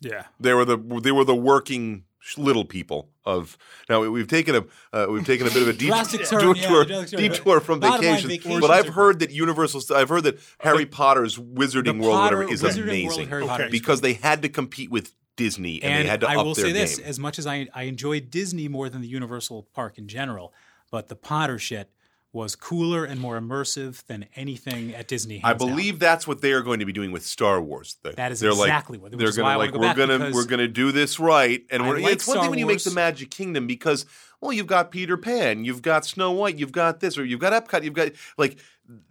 Speaker 5: Yeah.
Speaker 3: They were the they were the working sh- little people of. Now we- we've taken a uh, we've taken a bit of a detour,
Speaker 4: Drastic turn, yeah,
Speaker 3: detour,
Speaker 4: drastic turn, but
Speaker 3: detour from
Speaker 4: bottom line,
Speaker 3: vacation,
Speaker 4: vacations
Speaker 3: but I've
Speaker 4: are
Speaker 3: heard that Universal. st- I've heard that Harry Potter's Wizarding World
Speaker 4: Potter-
Speaker 3: whatever is
Speaker 4: Wizarding World
Speaker 3: amazing
Speaker 4: of Harry Potter is
Speaker 3: because they had to compete with Disney and,
Speaker 4: and
Speaker 3: they had to
Speaker 4: I
Speaker 3: up
Speaker 4: will
Speaker 3: their
Speaker 4: say this:
Speaker 3: game.
Speaker 4: as much as I, I enjoyed Disney more than the Universal Park in general, but the Potter shit was cooler and more immersive than anything at Disney.
Speaker 3: I
Speaker 4: hands down.
Speaker 3: believe that's what they are going to be doing with Star Wars. They-
Speaker 4: That is
Speaker 3: they're like-
Speaker 4: exactly what- which
Speaker 3: they're
Speaker 4: is
Speaker 3: going
Speaker 4: why I
Speaker 3: to
Speaker 4: wanna
Speaker 3: like.
Speaker 4: go
Speaker 3: We're
Speaker 4: back
Speaker 3: going to
Speaker 4: because
Speaker 3: we're going to do this right, and
Speaker 4: I
Speaker 3: we're,
Speaker 4: like
Speaker 3: it's one
Speaker 4: Star
Speaker 3: thing when you make the
Speaker 4: Wars.
Speaker 3: Magic Kingdom because well, you've got Peter Pan, you've got Snow White, you've got this, or you've got Epcot, you've got like. th-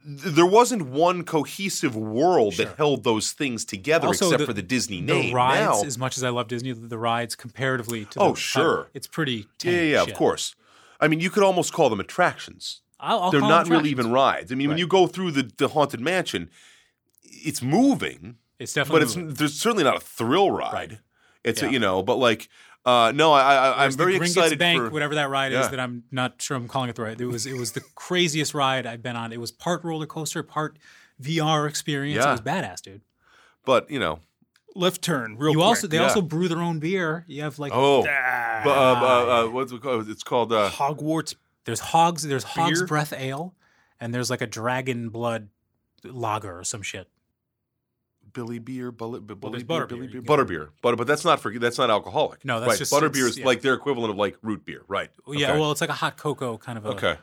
Speaker 3: There wasn't one cohesive world that held those things together,
Speaker 4: Also,
Speaker 3: except
Speaker 4: the-
Speaker 3: for the Disney
Speaker 4: the
Speaker 3: name.
Speaker 4: rides,
Speaker 3: now,
Speaker 4: as much as I love Disney, the rides comparatively to the
Speaker 3: Oh,
Speaker 4: Potter,
Speaker 3: sure.
Speaker 4: it's pretty.
Speaker 3: yeah, yeah,
Speaker 4: tame
Speaker 3: yeah, of
Speaker 4: shit.
Speaker 3: course. I mean, you could almost call them attractions.
Speaker 4: I'll, I'll
Speaker 3: They're
Speaker 4: call
Speaker 3: not
Speaker 4: them
Speaker 3: really
Speaker 4: attractions.
Speaker 3: even rides. I mean, when you go through the, the haunted mansion, it's moving.
Speaker 4: It's definitely.
Speaker 3: but it's
Speaker 4: moving.
Speaker 3: there's certainly not a thrill ride. It's a-
Speaker 4: Yeah.
Speaker 3: you know, but like Uh, no, I, I, I'm
Speaker 4: There's the
Speaker 3: very
Speaker 4: Gringotts
Speaker 3: excited
Speaker 4: Bank,
Speaker 3: for.
Speaker 4: whatever that ride
Speaker 3: Yeah.
Speaker 4: is that I'm not sure I'm calling it the right. It was it was the craziest ride I've been on. It was part roller coaster, part VR experience. It
Speaker 3: Yeah.
Speaker 4: was badass, dude.
Speaker 3: But you know,
Speaker 5: Left turn, real
Speaker 4: You
Speaker 5: quick.
Speaker 4: also they
Speaker 3: Yeah.
Speaker 4: also brew their own beer. You have like
Speaker 3: oh,
Speaker 4: Ah.
Speaker 3: bu- uh, uh, uh, what's it called? It's called. Uh,
Speaker 5: Hogwarts.
Speaker 4: there's hogs there's hog's
Speaker 5: Beer?
Speaker 4: breath ale, and there's like a dragon blood lager or some shit.
Speaker 3: Billy beer, bullet, bu-
Speaker 4: Well, there's
Speaker 3: Billy beer,
Speaker 4: butterbeer.
Speaker 3: Billy
Speaker 4: You
Speaker 3: beer,
Speaker 4: can-
Speaker 3: butterbeer. Butter, but that's not for that's not alcoholic.
Speaker 4: No, that's
Speaker 3: right.
Speaker 4: just-
Speaker 3: butterbeer
Speaker 4: it's-
Speaker 3: is
Speaker 4: yeah.
Speaker 3: like their equivalent of like root beer, right?
Speaker 4: Yeah,
Speaker 3: Okay.
Speaker 4: well, uh, it's like a hot cocoa kind of a
Speaker 3: okay.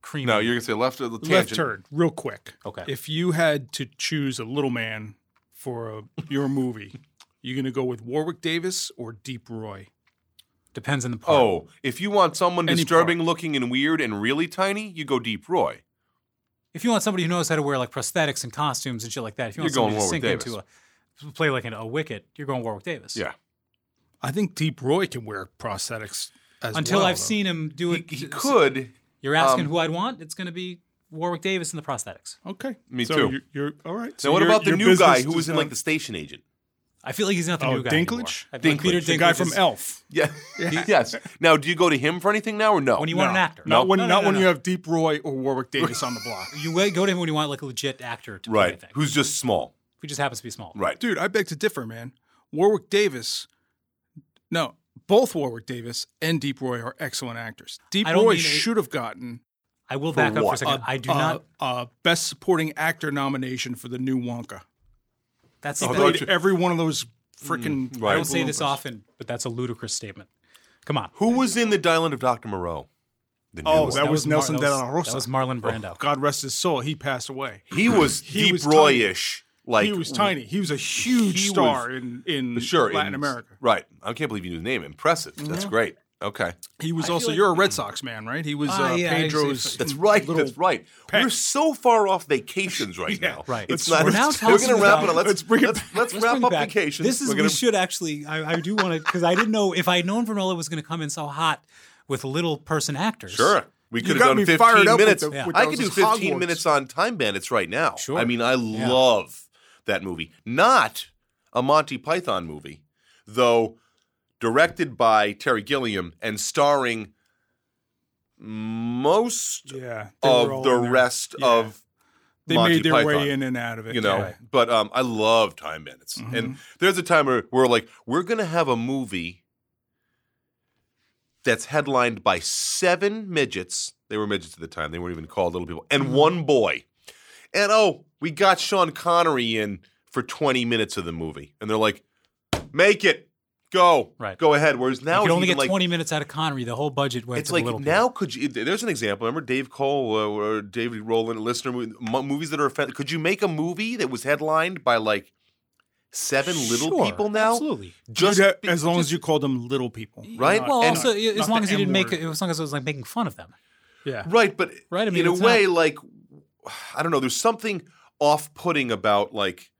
Speaker 4: cream.
Speaker 3: No, you're gonna say left. uh, Tangent.
Speaker 5: Left turn, real quick.
Speaker 4: Okay.
Speaker 5: If you had to choose a little man for a, your movie, you gonna go with Warwick Davis or Deep Roy?
Speaker 4: depends on the part.
Speaker 3: Oh, if you want someone
Speaker 5: Any
Speaker 3: disturbing looking and weird and really tiny, you go Deep Roy.
Speaker 4: If you want somebody who knows how to wear like prosthetics and costumes and shit like that, if you
Speaker 3: You're
Speaker 4: want somebody
Speaker 3: going
Speaker 4: to sink
Speaker 3: Warwick
Speaker 4: into a play like an, a wicket, you're going Warwick Davis.
Speaker 3: Yeah.
Speaker 5: I think Deep Roy can wear prosthetics. As
Speaker 4: Until
Speaker 5: well,
Speaker 4: I've
Speaker 5: though.
Speaker 4: seen him do
Speaker 3: He,
Speaker 4: it,
Speaker 3: he could.
Speaker 4: You're asking
Speaker 3: Um,
Speaker 4: who I'd want. It's going to be Warwick Davis and the prosthetics.
Speaker 5: Okay.
Speaker 3: Me
Speaker 5: so
Speaker 3: too.
Speaker 5: You're, you're all right.
Speaker 3: Now, what about the new guy who was in like the station agent?
Speaker 4: I feel like he's not the
Speaker 5: Oh,
Speaker 4: new guy.
Speaker 5: Dinklage?
Speaker 4: anymore. I feel like Peter
Speaker 3: Dinklage.
Speaker 5: the guy
Speaker 4: Dinklage
Speaker 5: from
Speaker 4: is-
Speaker 5: Elf?
Speaker 3: Yeah. yes. Now, do you go to him for anything now or no?
Speaker 4: When you want an actor,
Speaker 5: Not when,
Speaker 4: No, no,
Speaker 5: not
Speaker 4: no,
Speaker 5: when
Speaker 4: no.
Speaker 5: you have Deep Roy or Warwick Davis on the block.
Speaker 4: You wa- go to him when you want like a legit actor to play. I
Speaker 3: right.
Speaker 4: think.
Speaker 3: Who's just small.
Speaker 4: who just happens to be small.
Speaker 3: Right.
Speaker 5: Dude, I beg to differ, man. Warwick Davis, no, both Warwick Davis and Deep Roy are excellent actors. Deep
Speaker 4: I don't
Speaker 5: Roy
Speaker 4: mean a-
Speaker 5: should have gotten
Speaker 4: I will back up for
Speaker 3: what?
Speaker 4: a
Speaker 5: Uh,
Speaker 4: second. I do not.
Speaker 5: a Best Supporting Actor nomination for the new Wonka.
Speaker 4: That's
Speaker 5: He
Speaker 4: I
Speaker 5: played
Speaker 3: you-
Speaker 5: every one of those freaking.
Speaker 3: right.
Speaker 4: I don't say this often, but that's a ludicrous statement. Come on.
Speaker 3: Who was in the Dial-End of Dr. Moreau? The new
Speaker 5: Oh,
Speaker 3: one.
Speaker 5: that was Nelson
Speaker 4: that was-
Speaker 5: De La Rosa.
Speaker 4: That was Marlon
Speaker 3: Oh,
Speaker 4: Brando.
Speaker 5: God rest his soul. He passed away.
Speaker 3: he was Deep
Speaker 5: was
Speaker 3: Roy-ish. Like
Speaker 5: he was tiny. He was a huge
Speaker 3: He
Speaker 5: star
Speaker 3: was-
Speaker 5: in, in
Speaker 3: Sure.
Speaker 5: Latin
Speaker 3: in-
Speaker 5: America. Mm-hmm.
Speaker 3: Right. I can't believe you knew the name. Impressive. That's great. Okay.
Speaker 5: He was
Speaker 4: feel
Speaker 5: also,
Speaker 4: like-
Speaker 5: you're a Red Sox man, right? He was
Speaker 4: Ah,
Speaker 5: uh,
Speaker 4: yeah, I see.
Speaker 5: Pedro's.
Speaker 3: That's right.
Speaker 5: little
Speaker 3: That's right.
Speaker 5: pet.
Speaker 3: We're so far off vacations right now.
Speaker 4: right.
Speaker 3: It's
Speaker 4: Let's-
Speaker 3: not.
Speaker 4: we're now
Speaker 3: we're
Speaker 4: talking
Speaker 3: going to wrap
Speaker 4: about-
Speaker 3: it up. Let's,
Speaker 5: let's bring it
Speaker 3: let's,
Speaker 5: back.
Speaker 3: let's
Speaker 4: Let's
Speaker 3: wrap
Speaker 4: bring
Speaker 3: up
Speaker 4: back-
Speaker 3: vacations.
Speaker 4: This is
Speaker 3: We're
Speaker 4: we
Speaker 3: gonna-
Speaker 4: should actually. I, I do want to because I didn't know if I had known Vernola was going to come in so hot with little person actors.
Speaker 3: Sure. We could
Speaker 5: got
Speaker 3: have done
Speaker 5: me
Speaker 3: 15
Speaker 5: fired up with
Speaker 3: minutes.
Speaker 5: the- Yeah. with
Speaker 3: I could do
Speaker 5: those
Speaker 3: 15
Speaker 5: Hogwarts.
Speaker 3: minutes on Time Bandits right now.
Speaker 4: Sure.
Speaker 3: I mean, I love that movie. Not a Monty Python movie, though directed by Terry Gilliam and starring most
Speaker 5: yeah. they were all
Speaker 3: of the
Speaker 5: in there.
Speaker 3: rest
Speaker 5: Yeah.
Speaker 3: of
Speaker 5: They
Speaker 3: Monty
Speaker 5: made their
Speaker 3: Python.
Speaker 5: way in and out of it.
Speaker 3: you know.
Speaker 5: yeah.
Speaker 3: But um, I love Time Bandits,
Speaker 4: Mm-hmm.
Speaker 3: and there's a time where we're like, we're gonna have a movie that's headlined by seven midgets. They were midgets at the time; they weren't even called little people,
Speaker 4: Mm-hmm.
Speaker 3: and one boy. And oh, we got Sean Connery in for 20 minutes of the movie, and they're like, make it go,
Speaker 4: Right.
Speaker 3: go ahead. Whereas
Speaker 4: You
Speaker 3: now
Speaker 4: could
Speaker 3: it's
Speaker 4: only
Speaker 3: even
Speaker 4: get
Speaker 3: like,
Speaker 4: 20 minutes out of Connery. The whole budget went
Speaker 3: it's
Speaker 4: to
Speaker 3: like
Speaker 4: the little
Speaker 3: now could you? There's an example. Remember Dave Cole uh, or David Rowland, listener mo- movies that are offended. Could you make a movie that was headlined by like seven
Speaker 4: people.
Speaker 3: little
Speaker 4: Sure,
Speaker 3: people now?
Speaker 4: Absolutely.
Speaker 3: Just
Speaker 5: You'd have-
Speaker 3: be-
Speaker 5: as long as you called them little people,
Speaker 3: Right?
Speaker 4: Well,
Speaker 3: And-
Speaker 4: also as
Speaker 5: not
Speaker 4: long
Speaker 5: the
Speaker 4: as you didn't make
Speaker 5: M-word.
Speaker 4: it, as long as it was like making fun of them.
Speaker 5: Yeah.
Speaker 3: right, but
Speaker 4: Right, I mean,
Speaker 3: in a
Speaker 4: it's
Speaker 3: way, like I don't know. There's something off-putting about like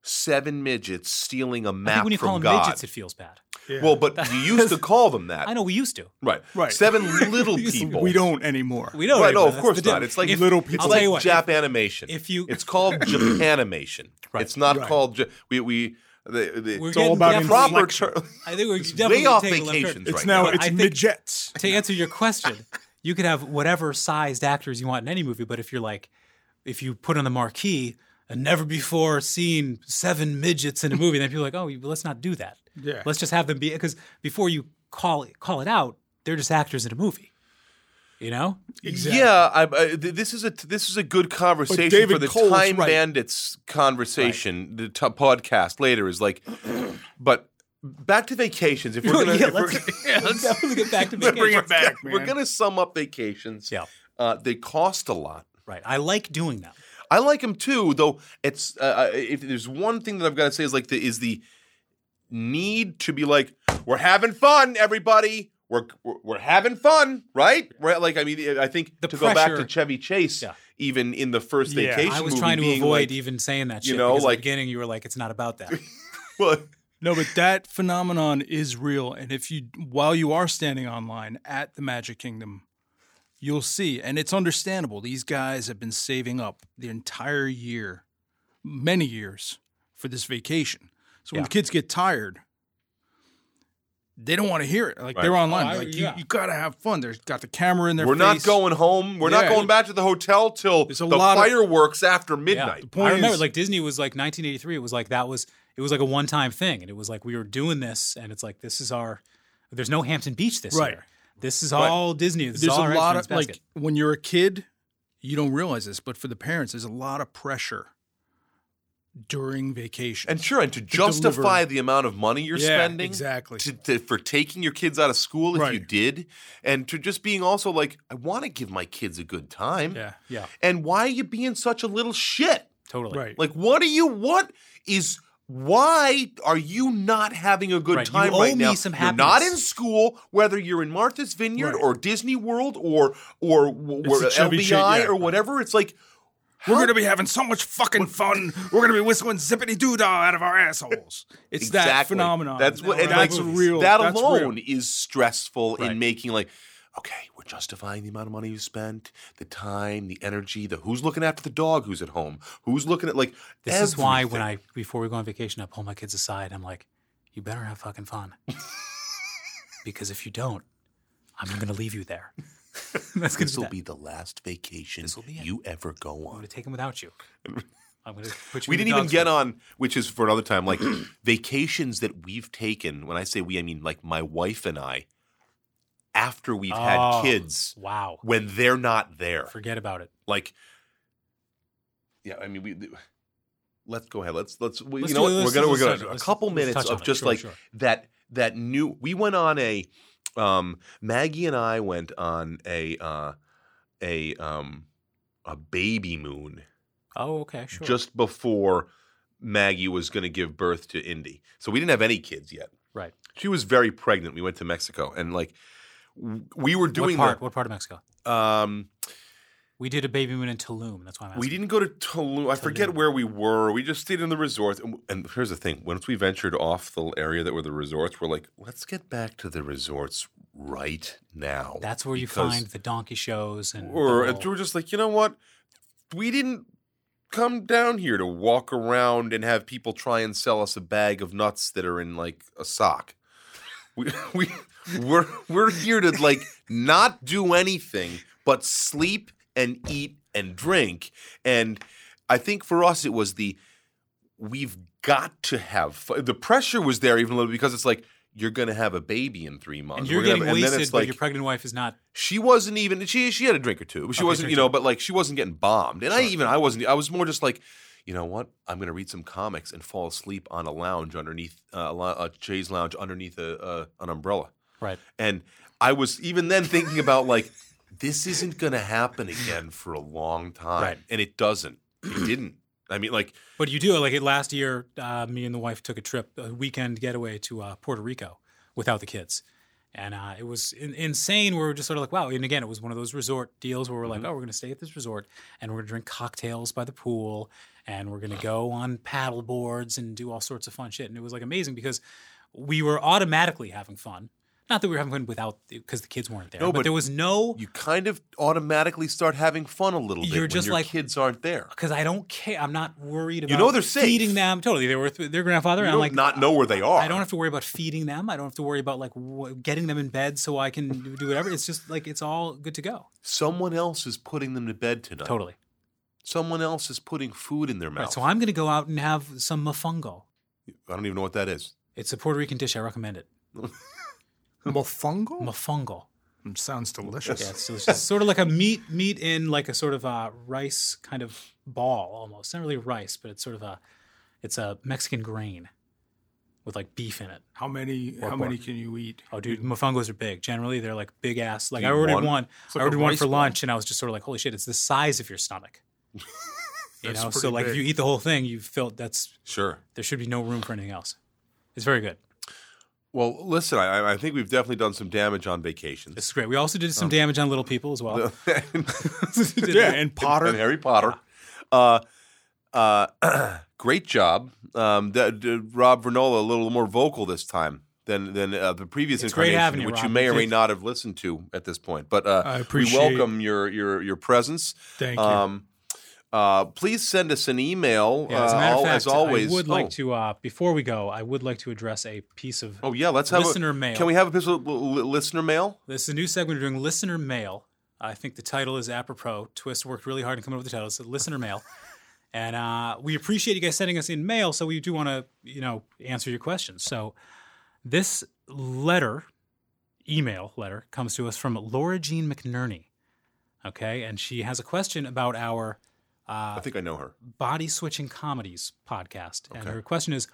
Speaker 3: seven midgets stealing a
Speaker 4: I
Speaker 3: map
Speaker 4: think when you
Speaker 3: from
Speaker 4: call them
Speaker 3: God.
Speaker 4: midgets, it feels bad.
Speaker 3: Well, but you used to call them that.
Speaker 4: I know we used to.
Speaker 3: Right.
Speaker 5: Right.
Speaker 3: Seven little people.
Speaker 5: We don't anymore.
Speaker 4: We don't.
Speaker 3: right,
Speaker 4: anymore.
Speaker 3: no, of
Speaker 4: That's
Speaker 3: course
Speaker 4: the
Speaker 3: not.
Speaker 4: difference.
Speaker 3: It's like
Speaker 4: If-
Speaker 5: little
Speaker 3: It's
Speaker 5: people.
Speaker 4: I'll
Speaker 3: like
Speaker 4: tell you what.
Speaker 3: Jap animation.
Speaker 4: if you-
Speaker 3: it's called Japanimation.
Speaker 4: Right.
Speaker 3: It's not
Speaker 5: Right.
Speaker 3: called. Ja- we we the, the
Speaker 4: We're
Speaker 5: all
Speaker 4: getting
Speaker 5: about
Speaker 4: definitely-
Speaker 3: proper
Speaker 5: inflection.
Speaker 3: term.
Speaker 4: I think we're definitely
Speaker 3: Way off
Speaker 4: taking a left turn.
Speaker 3: vacations.
Speaker 5: It's
Speaker 3: right
Speaker 5: now
Speaker 3: now.
Speaker 5: it's
Speaker 4: I think-
Speaker 5: midgets.
Speaker 4: to answer your question, you could have whatever sized actors you want in any movie, but if you're like, if you put on the marquee a never before seen seven midgets in a movie, then people are like, oh, let's not do that.
Speaker 5: Yeah.
Speaker 4: Let's just have them be, because before you call it, call it out, they're just actors in a movie. You know?
Speaker 3: Yeah, I, I, th- this is a this is a good conversation
Speaker 5: David
Speaker 3: for the
Speaker 5: Cole's
Speaker 3: Time
Speaker 5: right.
Speaker 3: Bandits conversation. The t- podcast later is like, but back to vacations. If we're gonna,
Speaker 4: yeah,
Speaker 3: if we're,
Speaker 4: let's, let's definitely get back to vacation.
Speaker 5: back,
Speaker 3: we're gonna sum up vacations.
Speaker 4: Yeah.
Speaker 3: uh, they cost a lot.
Speaker 4: Right. I like doing that.
Speaker 3: I like him too, though. It's uh, uh, if there's one thing that I've got to say is like the is the need to be like we're having fun, everybody. We're we're, we're having fun, right? Right? Like I mean, I think
Speaker 4: The
Speaker 3: to go back to
Speaker 4: pressure-
Speaker 3: Chevy Chase,
Speaker 4: Yeah.
Speaker 3: even in the first
Speaker 5: Yeah.
Speaker 3: vacation,
Speaker 4: I was
Speaker 3: movie
Speaker 4: trying to
Speaker 3: being
Speaker 4: avoid
Speaker 3: like,
Speaker 4: even saying that
Speaker 3: you
Speaker 4: shit.
Speaker 3: know,
Speaker 4: because at
Speaker 3: like-
Speaker 4: the beginning you were like, it's not about that.
Speaker 3: well,
Speaker 5: No, but that phenomenon is real. And if you, while you are standing online at the Magic Kingdom, you'll see, and it's understandable. These guys have been saving up the entire year, many years, for this vacation. So when
Speaker 4: Yeah.
Speaker 5: the kids get tired, they don't want to hear it. Like
Speaker 3: Right.
Speaker 5: they're online.
Speaker 4: Oh, I-
Speaker 5: like you,
Speaker 4: yeah.
Speaker 5: you gotta have fun. There's got the camera in their
Speaker 3: We're
Speaker 5: face.
Speaker 3: not going home. We're not
Speaker 5: Yeah.
Speaker 3: going back to the hotel till
Speaker 5: There's
Speaker 3: the
Speaker 5: a lot of-
Speaker 3: fireworks after
Speaker 4: Yeah.
Speaker 3: midnight.
Speaker 5: point
Speaker 4: I remember
Speaker 5: is-
Speaker 4: like Disney was like 1983. It was like that was it was like a one time thing, and it was like we were doing this, and it's like this is our. There's no Hampton Beach this
Speaker 5: Right.
Speaker 4: year. This is all Disney. This is
Speaker 5: there's
Speaker 4: all
Speaker 5: a
Speaker 4: our eggs
Speaker 5: lot
Speaker 4: in
Speaker 5: of
Speaker 4: this basket.
Speaker 5: like when you're a kid, you don't realize this, but for the parents, there's a lot of pressure during vacation.
Speaker 3: And sure, and to, justify
Speaker 5: deliver-
Speaker 3: the amount of money you're
Speaker 5: Yeah,
Speaker 3: spending
Speaker 5: exactly.
Speaker 3: to, to, for taking your kids out of school if you
Speaker 5: Right.
Speaker 3: did, and to just being also like, I want to give my kids a good time.
Speaker 5: yeah,
Speaker 4: yeah,
Speaker 3: And why are you being such a little shit?
Speaker 4: totally.
Speaker 5: right.
Speaker 3: Like, what do you? What is? Why are you not having a good
Speaker 4: Right, you
Speaker 3: time
Speaker 4: owe
Speaker 3: right
Speaker 4: me
Speaker 3: now?
Speaker 4: some
Speaker 3: you're not
Speaker 4: happiness.
Speaker 3: in school, whether you're in Martha's Vineyard
Speaker 5: Right.
Speaker 3: or Disney World or or, w-
Speaker 5: It's
Speaker 3: or
Speaker 5: the chubby
Speaker 3: LBI
Speaker 5: shit, yeah.
Speaker 3: or whatever. It's like
Speaker 5: We're gonna be having so much fucking fun. We're gonna be whistling zippity doo dah out of our assholes. It's that
Speaker 3: exactly.
Speaker 5: phenomenon.
Speaker 3: That's what. And
Speaker 5: that's
Speaker 3: like,
Speaker 5: real.
Speaker 3: That
Speaker 5: that's real.
Speaker 3: alone is stressful
Speaker 4: Right.
Speaker 3: in making like. Okay, we're justifying the amount of money you spent, the time, the energy, the who's looking after the dog who's at home, who's looking at like.
Speaker 4: This is why when
Speaker 3: everything.
Speaker 4: I before we go on vacation, I pull my kids aside. I'm like, you better have fucking fun, because if you don't, I'm going to leave you there. That's going
Speaker 3: this
Speaker 4: to
Speaker 3: will
Speaker 4: be.
Speaker 3: be the last vacation
Speaker 4: This'll be it.
Speaker 3: you ever go
Speaker 4: I'm
Speaker 3: on.
Speaker 4: going to take them without you. I'm going to put you.
Speaker 3: We
Speaker 4: in the
Speaker 3: didn't even
Speaker 4: dog's
Speaker 3: get
Speaker 4: room.
Speaker 3: on, which is for another time, like vacations that we've taken. When I say we, I mean like my wife and I, after we've
Speaker 4: Oh,
Speaker 3: had kids,
Speaker 4: Wow.
Speaker 3: when they're not there.
Speaker 4: Forget about it.
Speaker 3: Like, yeah, I mean, we. th- Let's go ahead. Let's let's. We,
Speaker 4: Let's
Speaker 3: you know
Speaker 4: do-
Speaker 3: what? We're
Speaker 4: let's-
Speaker 3: gonna we're
Speaker 4: let's
Speaker 3: gonna
Speaker 4: touch on it.
Speaker 3: do a
Speaker 4: Let's-
Speaker 3: couple
Speaker 4: let's
Speaker 3: minutes
Speaker 4: touch
Speaker 3: of
Speaker 4: on it.
Speaker 3: just
Speaker 4: Sure,
Speaker 3: like
Speaker 4: sure.
Speaker 3: that that new. We went on a. Um, Maggie and I went on a uh, a um, a baby moon
Speaker 4: Oh, okay, sure.
Speaker 3: just before Maggie was going to give birth to Indy. So we didn't have any kids yet.
Speaker 4: right.
Speaker 3: She was very pregnant. We went to Mexico and like w- we were doing
Speaker 4: what part?
Speaker 3: the-
Speaker 4: What part of Mexico?
Speaker 3: um
Speaker 4: We did a baby moon in Tulum. That's why I'm asking.
Speaker 3: we didn't go to Tulum. I forget where we were. We just stayed in the resort. And, and here's the thing: once we ventured off the area that were the resorts, we're like, let's get back to the resorts right now.
Speaker 4: That's where you
Speaker 3: because-
Speaker 4: find the donkey shows and the
Speaker 3: or
Speaker 4: whole-
Speaker 3: we're just like, you know what? We didn't come down here to walk around and have people try and sell us a bag of nuts that are in like a sock. We we we're we're here to like not do anything but sleep and eat and drink. And I think for us it was the we've got to have fu- the pressure was there even a little because it's like you're gonna have a baby in three months.
Speaker 4: and you're
Speaker 3: We're gonna
Speaker 4: getting
Speaker 3: have- and then
Speaker 4: wasted,
Speaker 3: it's
Speaker 4: but
Speaker 3: like-
Speaker 4: your pregnant wife is not.
Speaker 3: she wasn't even she she had a drink or two. But she
Speaker 4: Okay,
Speaker 3: wasn't,
Speaker 4: drink
Speaker 3: you know,
Speaker 4: two.
Speaker 3: but like she wasn't getting bombed. And I even I wasn't I was more just like, you know what? I'm going to read some comics and fall asleep on a lounge underneath uh, a lo- a chaise lounge underneath a, a an umbrella.
Speaker 4: Right.
Speaker 3: And I was even then thinking about like this isn't going to happen again for a long time.
Speaker 4: Right.
Speaker 3: And it doesn't. It didn't. I mean like
Speaker 4: But you do. Like it, last year, uh, me and the wife took a trip, a weekend getaway to uh, Puerto Rico without the kids. And uh, it was in- insane. We were just sort of like, wow. And again, it was one of those resort deals where we're
Speaker 3: Mm-hmm.
Speaker 4: like, oh, we're going to stay at this resort and we're going to drink cocktails by the pool and we're going to go on paddle boards and do all sorts of fun shit. And it was like amazing because we were automatically having fun. Not that we were having fun without, because the kids weren't there.
Speaker 3: No,
Speaker 4: but,
Speaker 3: but
Speaker 4: there was no,
Speaker 3: you kind of automatically start having fun a little bit
Speaker 4: You're
Speaker 3: when
Speaker 4: just
Speaker 3: your
Speaker 4: like-
Speaker 3: kids aren't there.
Speaker 4: because I don't care. I'm not worried about
Speaker 3: You know they're safe.
Speaker 4: feeding them. Totally. They were with their grandfather.
Speaker 3: You
Speaker 4: and
Speaker 3: don't
Speaker 4: I'm like,
Speaker 3: not know where they are.
Speaker 4: I don't have to worry about feeding them. I don't have to worry about like w- getting them in bed so I can do whatever. It's just like it's all good to go.
Speaker 3: Someone else is putting them to bed tonight.
Speaker 4: Totally.
Speaker 3: someone else is putting food in their mouth.
Speaker 4: Right. So I'm going to go out and have some mofongo.
Speaker 3: I don't even know what that is.
Speaker 4: It's a Puerto Rican dish. I recommend it.
Speaker 5: Mofongo
Speaker 4: Mofongo.
Speaker 5: sounds delicious.
Speaker 4: Yeah, it's delicious. It's sort of like a meat meat in like a sort of a rice kind of ball almost. It's not really rice, but it's sort of a it's a Mexican grain with like beef in it.
Speaker 5: How many?
Speaker 3: Or
Speaker 5: how
Speaker 3: pork.
Speaker 5: many can you eat?
Speaker 4: Oh, dude, mofongos are big. Generally, they're like big ass. Like
Speaker 3: Do
Speaker 4: I
Speaker 3: you
Speaker 4: ordered one.
Speaker 3: want-
Speaker 5: like
Speaker 4: I
Speaker 5: a
Speaker 4: ordered one
Speaker 5: rice
Speaker 4: for
Speaker 5: ball.
Speaker 4: lunch, and I was just sort of like, "Holy shit, it's the size of your stomach." you
Speaker 5: That's
Speaker 4: know, so
Speaker 5: pretty
Speaker 4: like if
Speaker 5: big.
Speaker 4: you eat the whole thing, you feel that's
Speaker 3: Sure.
Speaker 4: there should be no room for anything else. It's very good.
Speaker 3: Well, listen, I, I think we've definitely done some damage on vacations.
Speaker 4: This is great. We also did some damage on little people as well. Did
Speaker 5: Yeah,
Speaker 4: that. Ah.
Speaker 5: and Potter.
Speaker 3: and Harry Potter. Uh, uh, great job, um, that, uh, Rob Vernola. A little more vocal this time than than uh, the previous
Speaker 4: It's great
Speaker 3: incarnation,
Speaker 4: having you,
Speaker 3: which you
Speaker 4: Rob.
Speaker 3: may or may
Speaker 4: It's-
Speaker 3: not have listened to at this point. But uh,
Speaker 5: I
Speaker 3: we
Speaker 5: appreciate-
Speaker 3: welcome your your your presence.
Speaker 5: Thank you.
Speaker 3: Um, Uh, please send us an email.
Speaker 4: Yeah, as a
Speaker 3: uh,
Speaker 4: matter
Speaker 3: al-
Speaker 4: of fact,
Speaker 3: as always,
Speaker 4: I would
Speaker 3: oh,
Speaker 4: like to uh, before we go, I would like to address a piece of
Speaker 3: Oh yeah, let's have
Speaker 4: listener
Speaker 3: a,
Speaker 4: mail.
Speaker 3: Can we have a piece of li- listener mail?
Speaker 4: This is a new segment we're doing, listener mail. I think the title is apropos. Twist worked really hard in coming up with the title. It's listener mail, and uh, we appreciate you guys sending us in mail. So we do want to, you know, answer your questions. So this letter, email letter, comes to us from Laura Jean McNerney. Okay, and she has a question about our Uh,
Speaker 3: I think I know her.
Speaker 4: body switching comedies podcast. And
Speaker 3: Okay.
Speaker 4: her question is,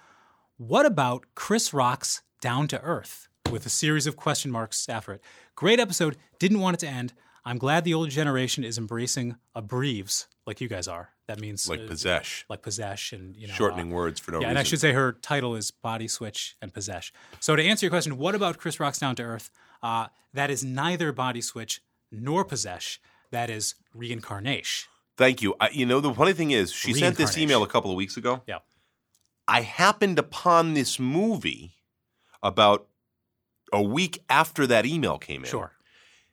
Speaker 4: what about Chris Rock's Down to Earth with a series of question marks after it? Great episode. Didn't want it to end. I'm glad the older generation is embracing abreves like you guys are. That means
Speaker 3: Like
Speaker 4: uh,
Speaker 3: possess,
Speaker 4: like possess and you know
Speaker 3: shortening
Speaker 4: uh,
Speaker 3: words for no
Speaker 4: yeah,
Speaker 3: reason.
Speaker 4: and I should say her title is Body Switch and Possess. So to answer your question, what about Chris Rock's Down to Earth? Uh, that is neither Body Switch nor Possess. That is reincarnation.
Speaker 3: Thank you. I, you know the funny thing is, she sent this
Speaker 4: Reincarnation.
Speaker 3: email a couple of weeks ago.
Speaker 4: Yeah.
Speaker 3: I happened upon this movie about a week after that email came in.
Speaker 4: Sure.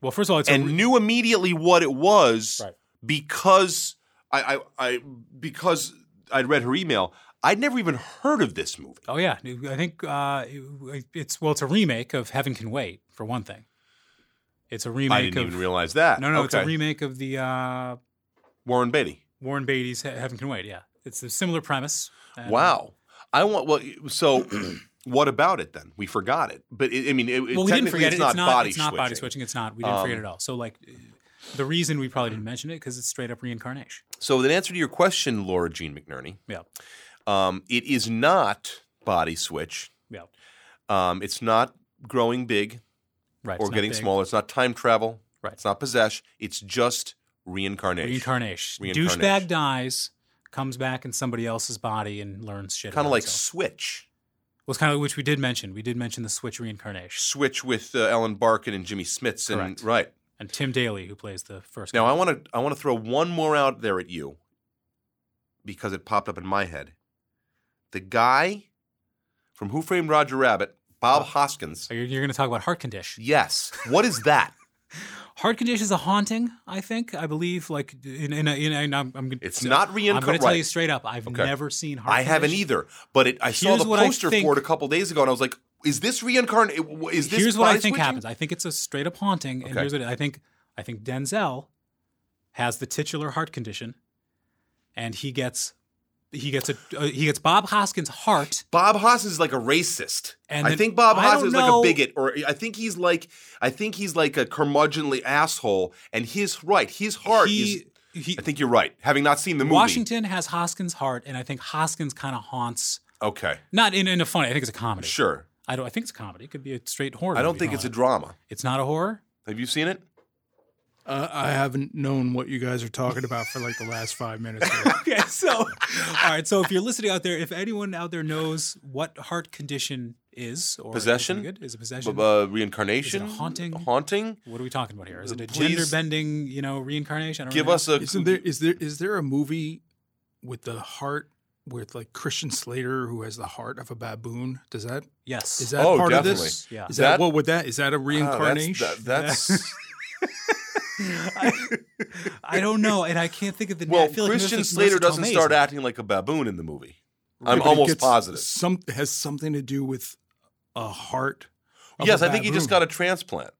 Speaker 4: Well, first of all, it's a
Speaker 3: and
Speaker 4: re-
Speaker 3: knew immediately what it was
Speaker 4: Right.
Speaker 3: because I, I, I because I'd read her email. I'd never even heard of this movie.
Speaker 4: Oh yeah, I think uh, it- it's well, it's a remake of Heaven Can Wait for one thing. It's a remake
Speaker 3: I didn't
Speaker 4: of
Speaker 3: even realize that.
Speaker 4: no, no, it's a
Speaker 3: Okay.
Speaker 4: remake of the uh,
Speaker 3: Warren Beatty.
Speaker 4: Warren Beatty's He- Heaven Can Wait. Yeah, it's a similar premise. And-
Speaker 3: Wow. I want well. So, what about it then? We forgot it, but it, I mean, it, it-
Speaker 4: Well, we didn't
Speaker 3: technically
Speaker 4: forget
Speaker 3: it's
Speaker 4: it.
Speaker 3: Not
Speaker 4: it's not
Speaker 3: body
Speaker 4: it's not body
Speaker 3: switching. Um,
Speaker 4: switching. It's not. We didn't forget it at all. So like, the reason we probably didn't mention it because it's straight up reincarnation.
Speaker 3: So, in answer to your question, Laura Jean McNerney,
Speaker 4: Yeah,
Speaker 3: um, it is not body switch.
Speaker 4: yeah,
Speaker 3: Um, it's not growing big
Speaker 4: right.
Speaker 3: or
Speaker 4: it's not
Speaker 3: getting
Speaker 4: big.
Speaker 3: smaller. It's not time travel.
Speaker 4: Right.
Speaker 3: It's not possess. It's just reincarnation.
Speaker 4: Reincarnation.
Speaker 3: Reincarnation.
Speaker 4: Douchebag dies, comes back in somebody else's body and learns shit.
Speaker 3: Kind
Speaker 4: about
Speaker 3: of like
Speaker 4: himself.
Speaker 3: Switch.
Speaker 4: Well, it's kind of which we did mention. We did mention the switch reincarnation
Speaker 3: Switch with uh, Ellen Barkin and Jimmy Smits. And,
Speaker 4: Correct.
Speaker 3: Right.
Speaker 4: and Tim Daly, who plays the first.
Speaker 3: Now I want to I want to throw one more out there at you because it popped up in my head. The guy from Who Framed Roger Rabbit,
Speaker 4: Oh.
Speaker 3: Bob Hoskins.
Speaker 4: So you're, you're going to talk about heart condition.
Speaker 3: Yes. What is that?
Speaker 4: Heart condition is a haunting. I think. I believe. Like in in, a, in, a, in I'm, I'm gonna-
Speaker 3: It's not
Speaker 4: I'm going
Speaker 3: reincarn-
Speaker 4: to tell
Speaker 3: right.
Speaker 4: you straight up. I've
Speaker 3: Okay.
Speaker 4: never seen heart.
Speaker 3: I haven't
Speaker 4: Condition.
Speaker 3: either. But it, I saw
Speaker 4: Here's
Speaker 3: the
Speaker 4: what I
Speaker 3: poster
Speaker 4: think-
Speaker 3: for it a couple days ago, and I was like, "Is this reincarnate? Is this
Speaker 4: Here's what I
Speaker 3: body
Speaker 4: think
Speaker 3: switching?
Speaker 4: happens. I think it's a straight up haunting. And
Speaker 3: Okay.
Speaker 4: here's what I think. I think Denzel has the titular heart condition, and he gets he gets a uh, he gets Bob Hoskins' heart.
Speaker 3: Bob Hoskins is like a racist.
Speaker 4: And
Speaker 3: I
Speaker 4: then-
Speaker 3: think Bob
Speaker 4: I don't
Speaker 3: Hoskins is like a
Speaker 4: know-
Speaker 3: bigot, or I think he's like I think he's like a curmudgeonly asshole. And his right, his heart is.
Speaker 4: he, he,
Speaker 3: I think you're right. Having not seen the movie,
Speaker 4: Washington has Hoskins' heart, and I think Hoskins kind of haunts.
Speaker 3: Okay,
Speaker 4: Not in, in a funny. I think it's a comedy.
Speaker 3: sure.
Speaker 4: I don't. I think it's a comedy. It could be a straight horror.
Speaker 3: I don't
Speaker 4: movie.
Speaker 3: think
Speaker 4: No,
Speaker 3: it's a drama.
Speaker 4: It's not a horror.
Speaker 3: Have you seen it?
Speaker 5: Uh, I haven't known what you guys are talking about for like the last five minutes. here.
Speaker 4: Okay. So, all right. So, if you're listening out there, if anyone out there knows what heart condition is or
Speaker 3: Possession?
Speaker 4: is it, good? Is it possession?
Speaker 3: Uh, reincarnation,
Speaker 4: Is it a haunting?
Speaker 3: haunting.
Speaker 4: what are we talking about here? Is it a
Speaker 3: Please-
Speaker 4: gender bending? You know, reincarnation? I don't
Speaker 3: Give
Speaker 4: really
Speaker 3: us a.
Speaker 5: Isn't there is there is there a movie with the heart with like Christian Slater who has the heart of a baboon? Does that
Speaker 4: know. Yes.
Speaker 5: is that
Speaker 3: Oh,
Speaker 5: part
Speaker 3: definitely.
Speaker 5: of this?
Speaker 4: Yeah.
Speaker 5: Is that,
Speaker 3: That-
Speaker 5: what would that is that a
Speaker 3: Wow,
Speaker 5: reincarnation?
Speaker 3: Ah, That's, that- that's
Speaker 4: I don't know, and I can't think of the. name.
Speaker 3: well.
Speaker 4: I feel like
Speaker 3: Christian
Speaker 4: Melissa-
Speaker 3: Slater
Speaker 4: Melissa
Speaker 3: doesn't
Speaker 4: Tomei's
Speaker 3: start
Speaker 4: in it.
Speaker 3: acting like a baboon in the movie.
Speaker 5: Right,
Speaker 3: I'm
Speaker 5: but it
Speaker 3: almost
Speaker 5: gets
Speaker 3: positive.
Speaker 5: Some has something to do with a heart. of
Speaker 3: yes,
Speaker 5: a
Speaker 3: I think he just got
Speaker 5: baboon.
Speaker 3: a transplant.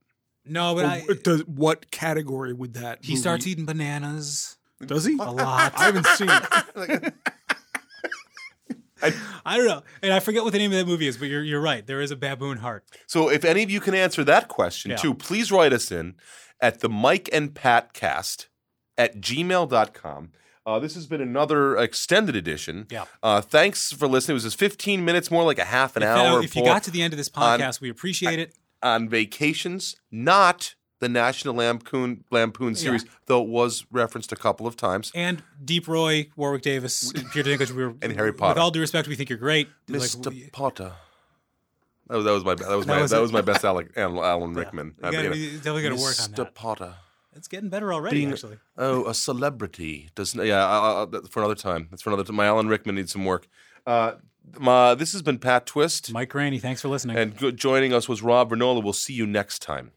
Speaker 4: No, but
Speaker 5: Well,
Speaker 4: I,
Speaker 5: what does- what category would that?
Speaker 4: he
Speaker 5: movie-
Speaker 4: starts eating bananas
Speaker 5: Does he?
Speaker 4: a lot.
Speaker 5: I haven't seen it.
Speaker 4: I don't know, and I forget what the name of that movie is, but you're you're right. There is a baboon heart.
Speaker 3: So if any of you can answer that question
Speaker 4: Yeah.
Speaker 3: too, please write us in at the Mike and Pat cast at gmail.com. Uh, this has been another extended edition.
Speaker 4: Yeah.
Speaker 3: Uh, thanks for listening. It was just 15 minutes, more like a half an
Speaker 4: If,
Speaker 3: hour.
Speaker 4: if you
Speaker 3: for-
Speaker 4: got to the end of this
Speaker 3: on-
Speaker 4: podcast, we appreciate it.
Speaker 3: on vacations, not the National Lampoon Lampoon series, though it was referenced a couple of times.
Speaker 4: And Deep Roy, Warwick Davis, and Peter Dinklage, we were,
Speaker 3: And Harry Potter.
Speaker 4: With all due respect, we think you're great. Like,
Speaker 3: Mr.
Speaker 4: we-
Speaker 3: Potter. That was, that was my that was my
Speaker 4: was
Speaker 3: that
Speaker 4: it.
Speaker 3: was my best Alec, Alan, Alan Rickman. Uh,
Speaker 4: we gotta, we definitely got to work on
Speaker 3: Mr.
Speaker 4: that.
Speaker 3: Potter.
Speaker 4: It's getting better already, actually.
Speaker 3: Oh, a celebrity does not Yeah, I, I, I- that's for another time. That's for another time. My Alan Rickman needs some work. Uh, my, this has been Pat Twist,
Speaker 4: Mike Graney, thanks for listening.
Speaker 3: and good, joining us was Rob Vernola. We'll see you next time.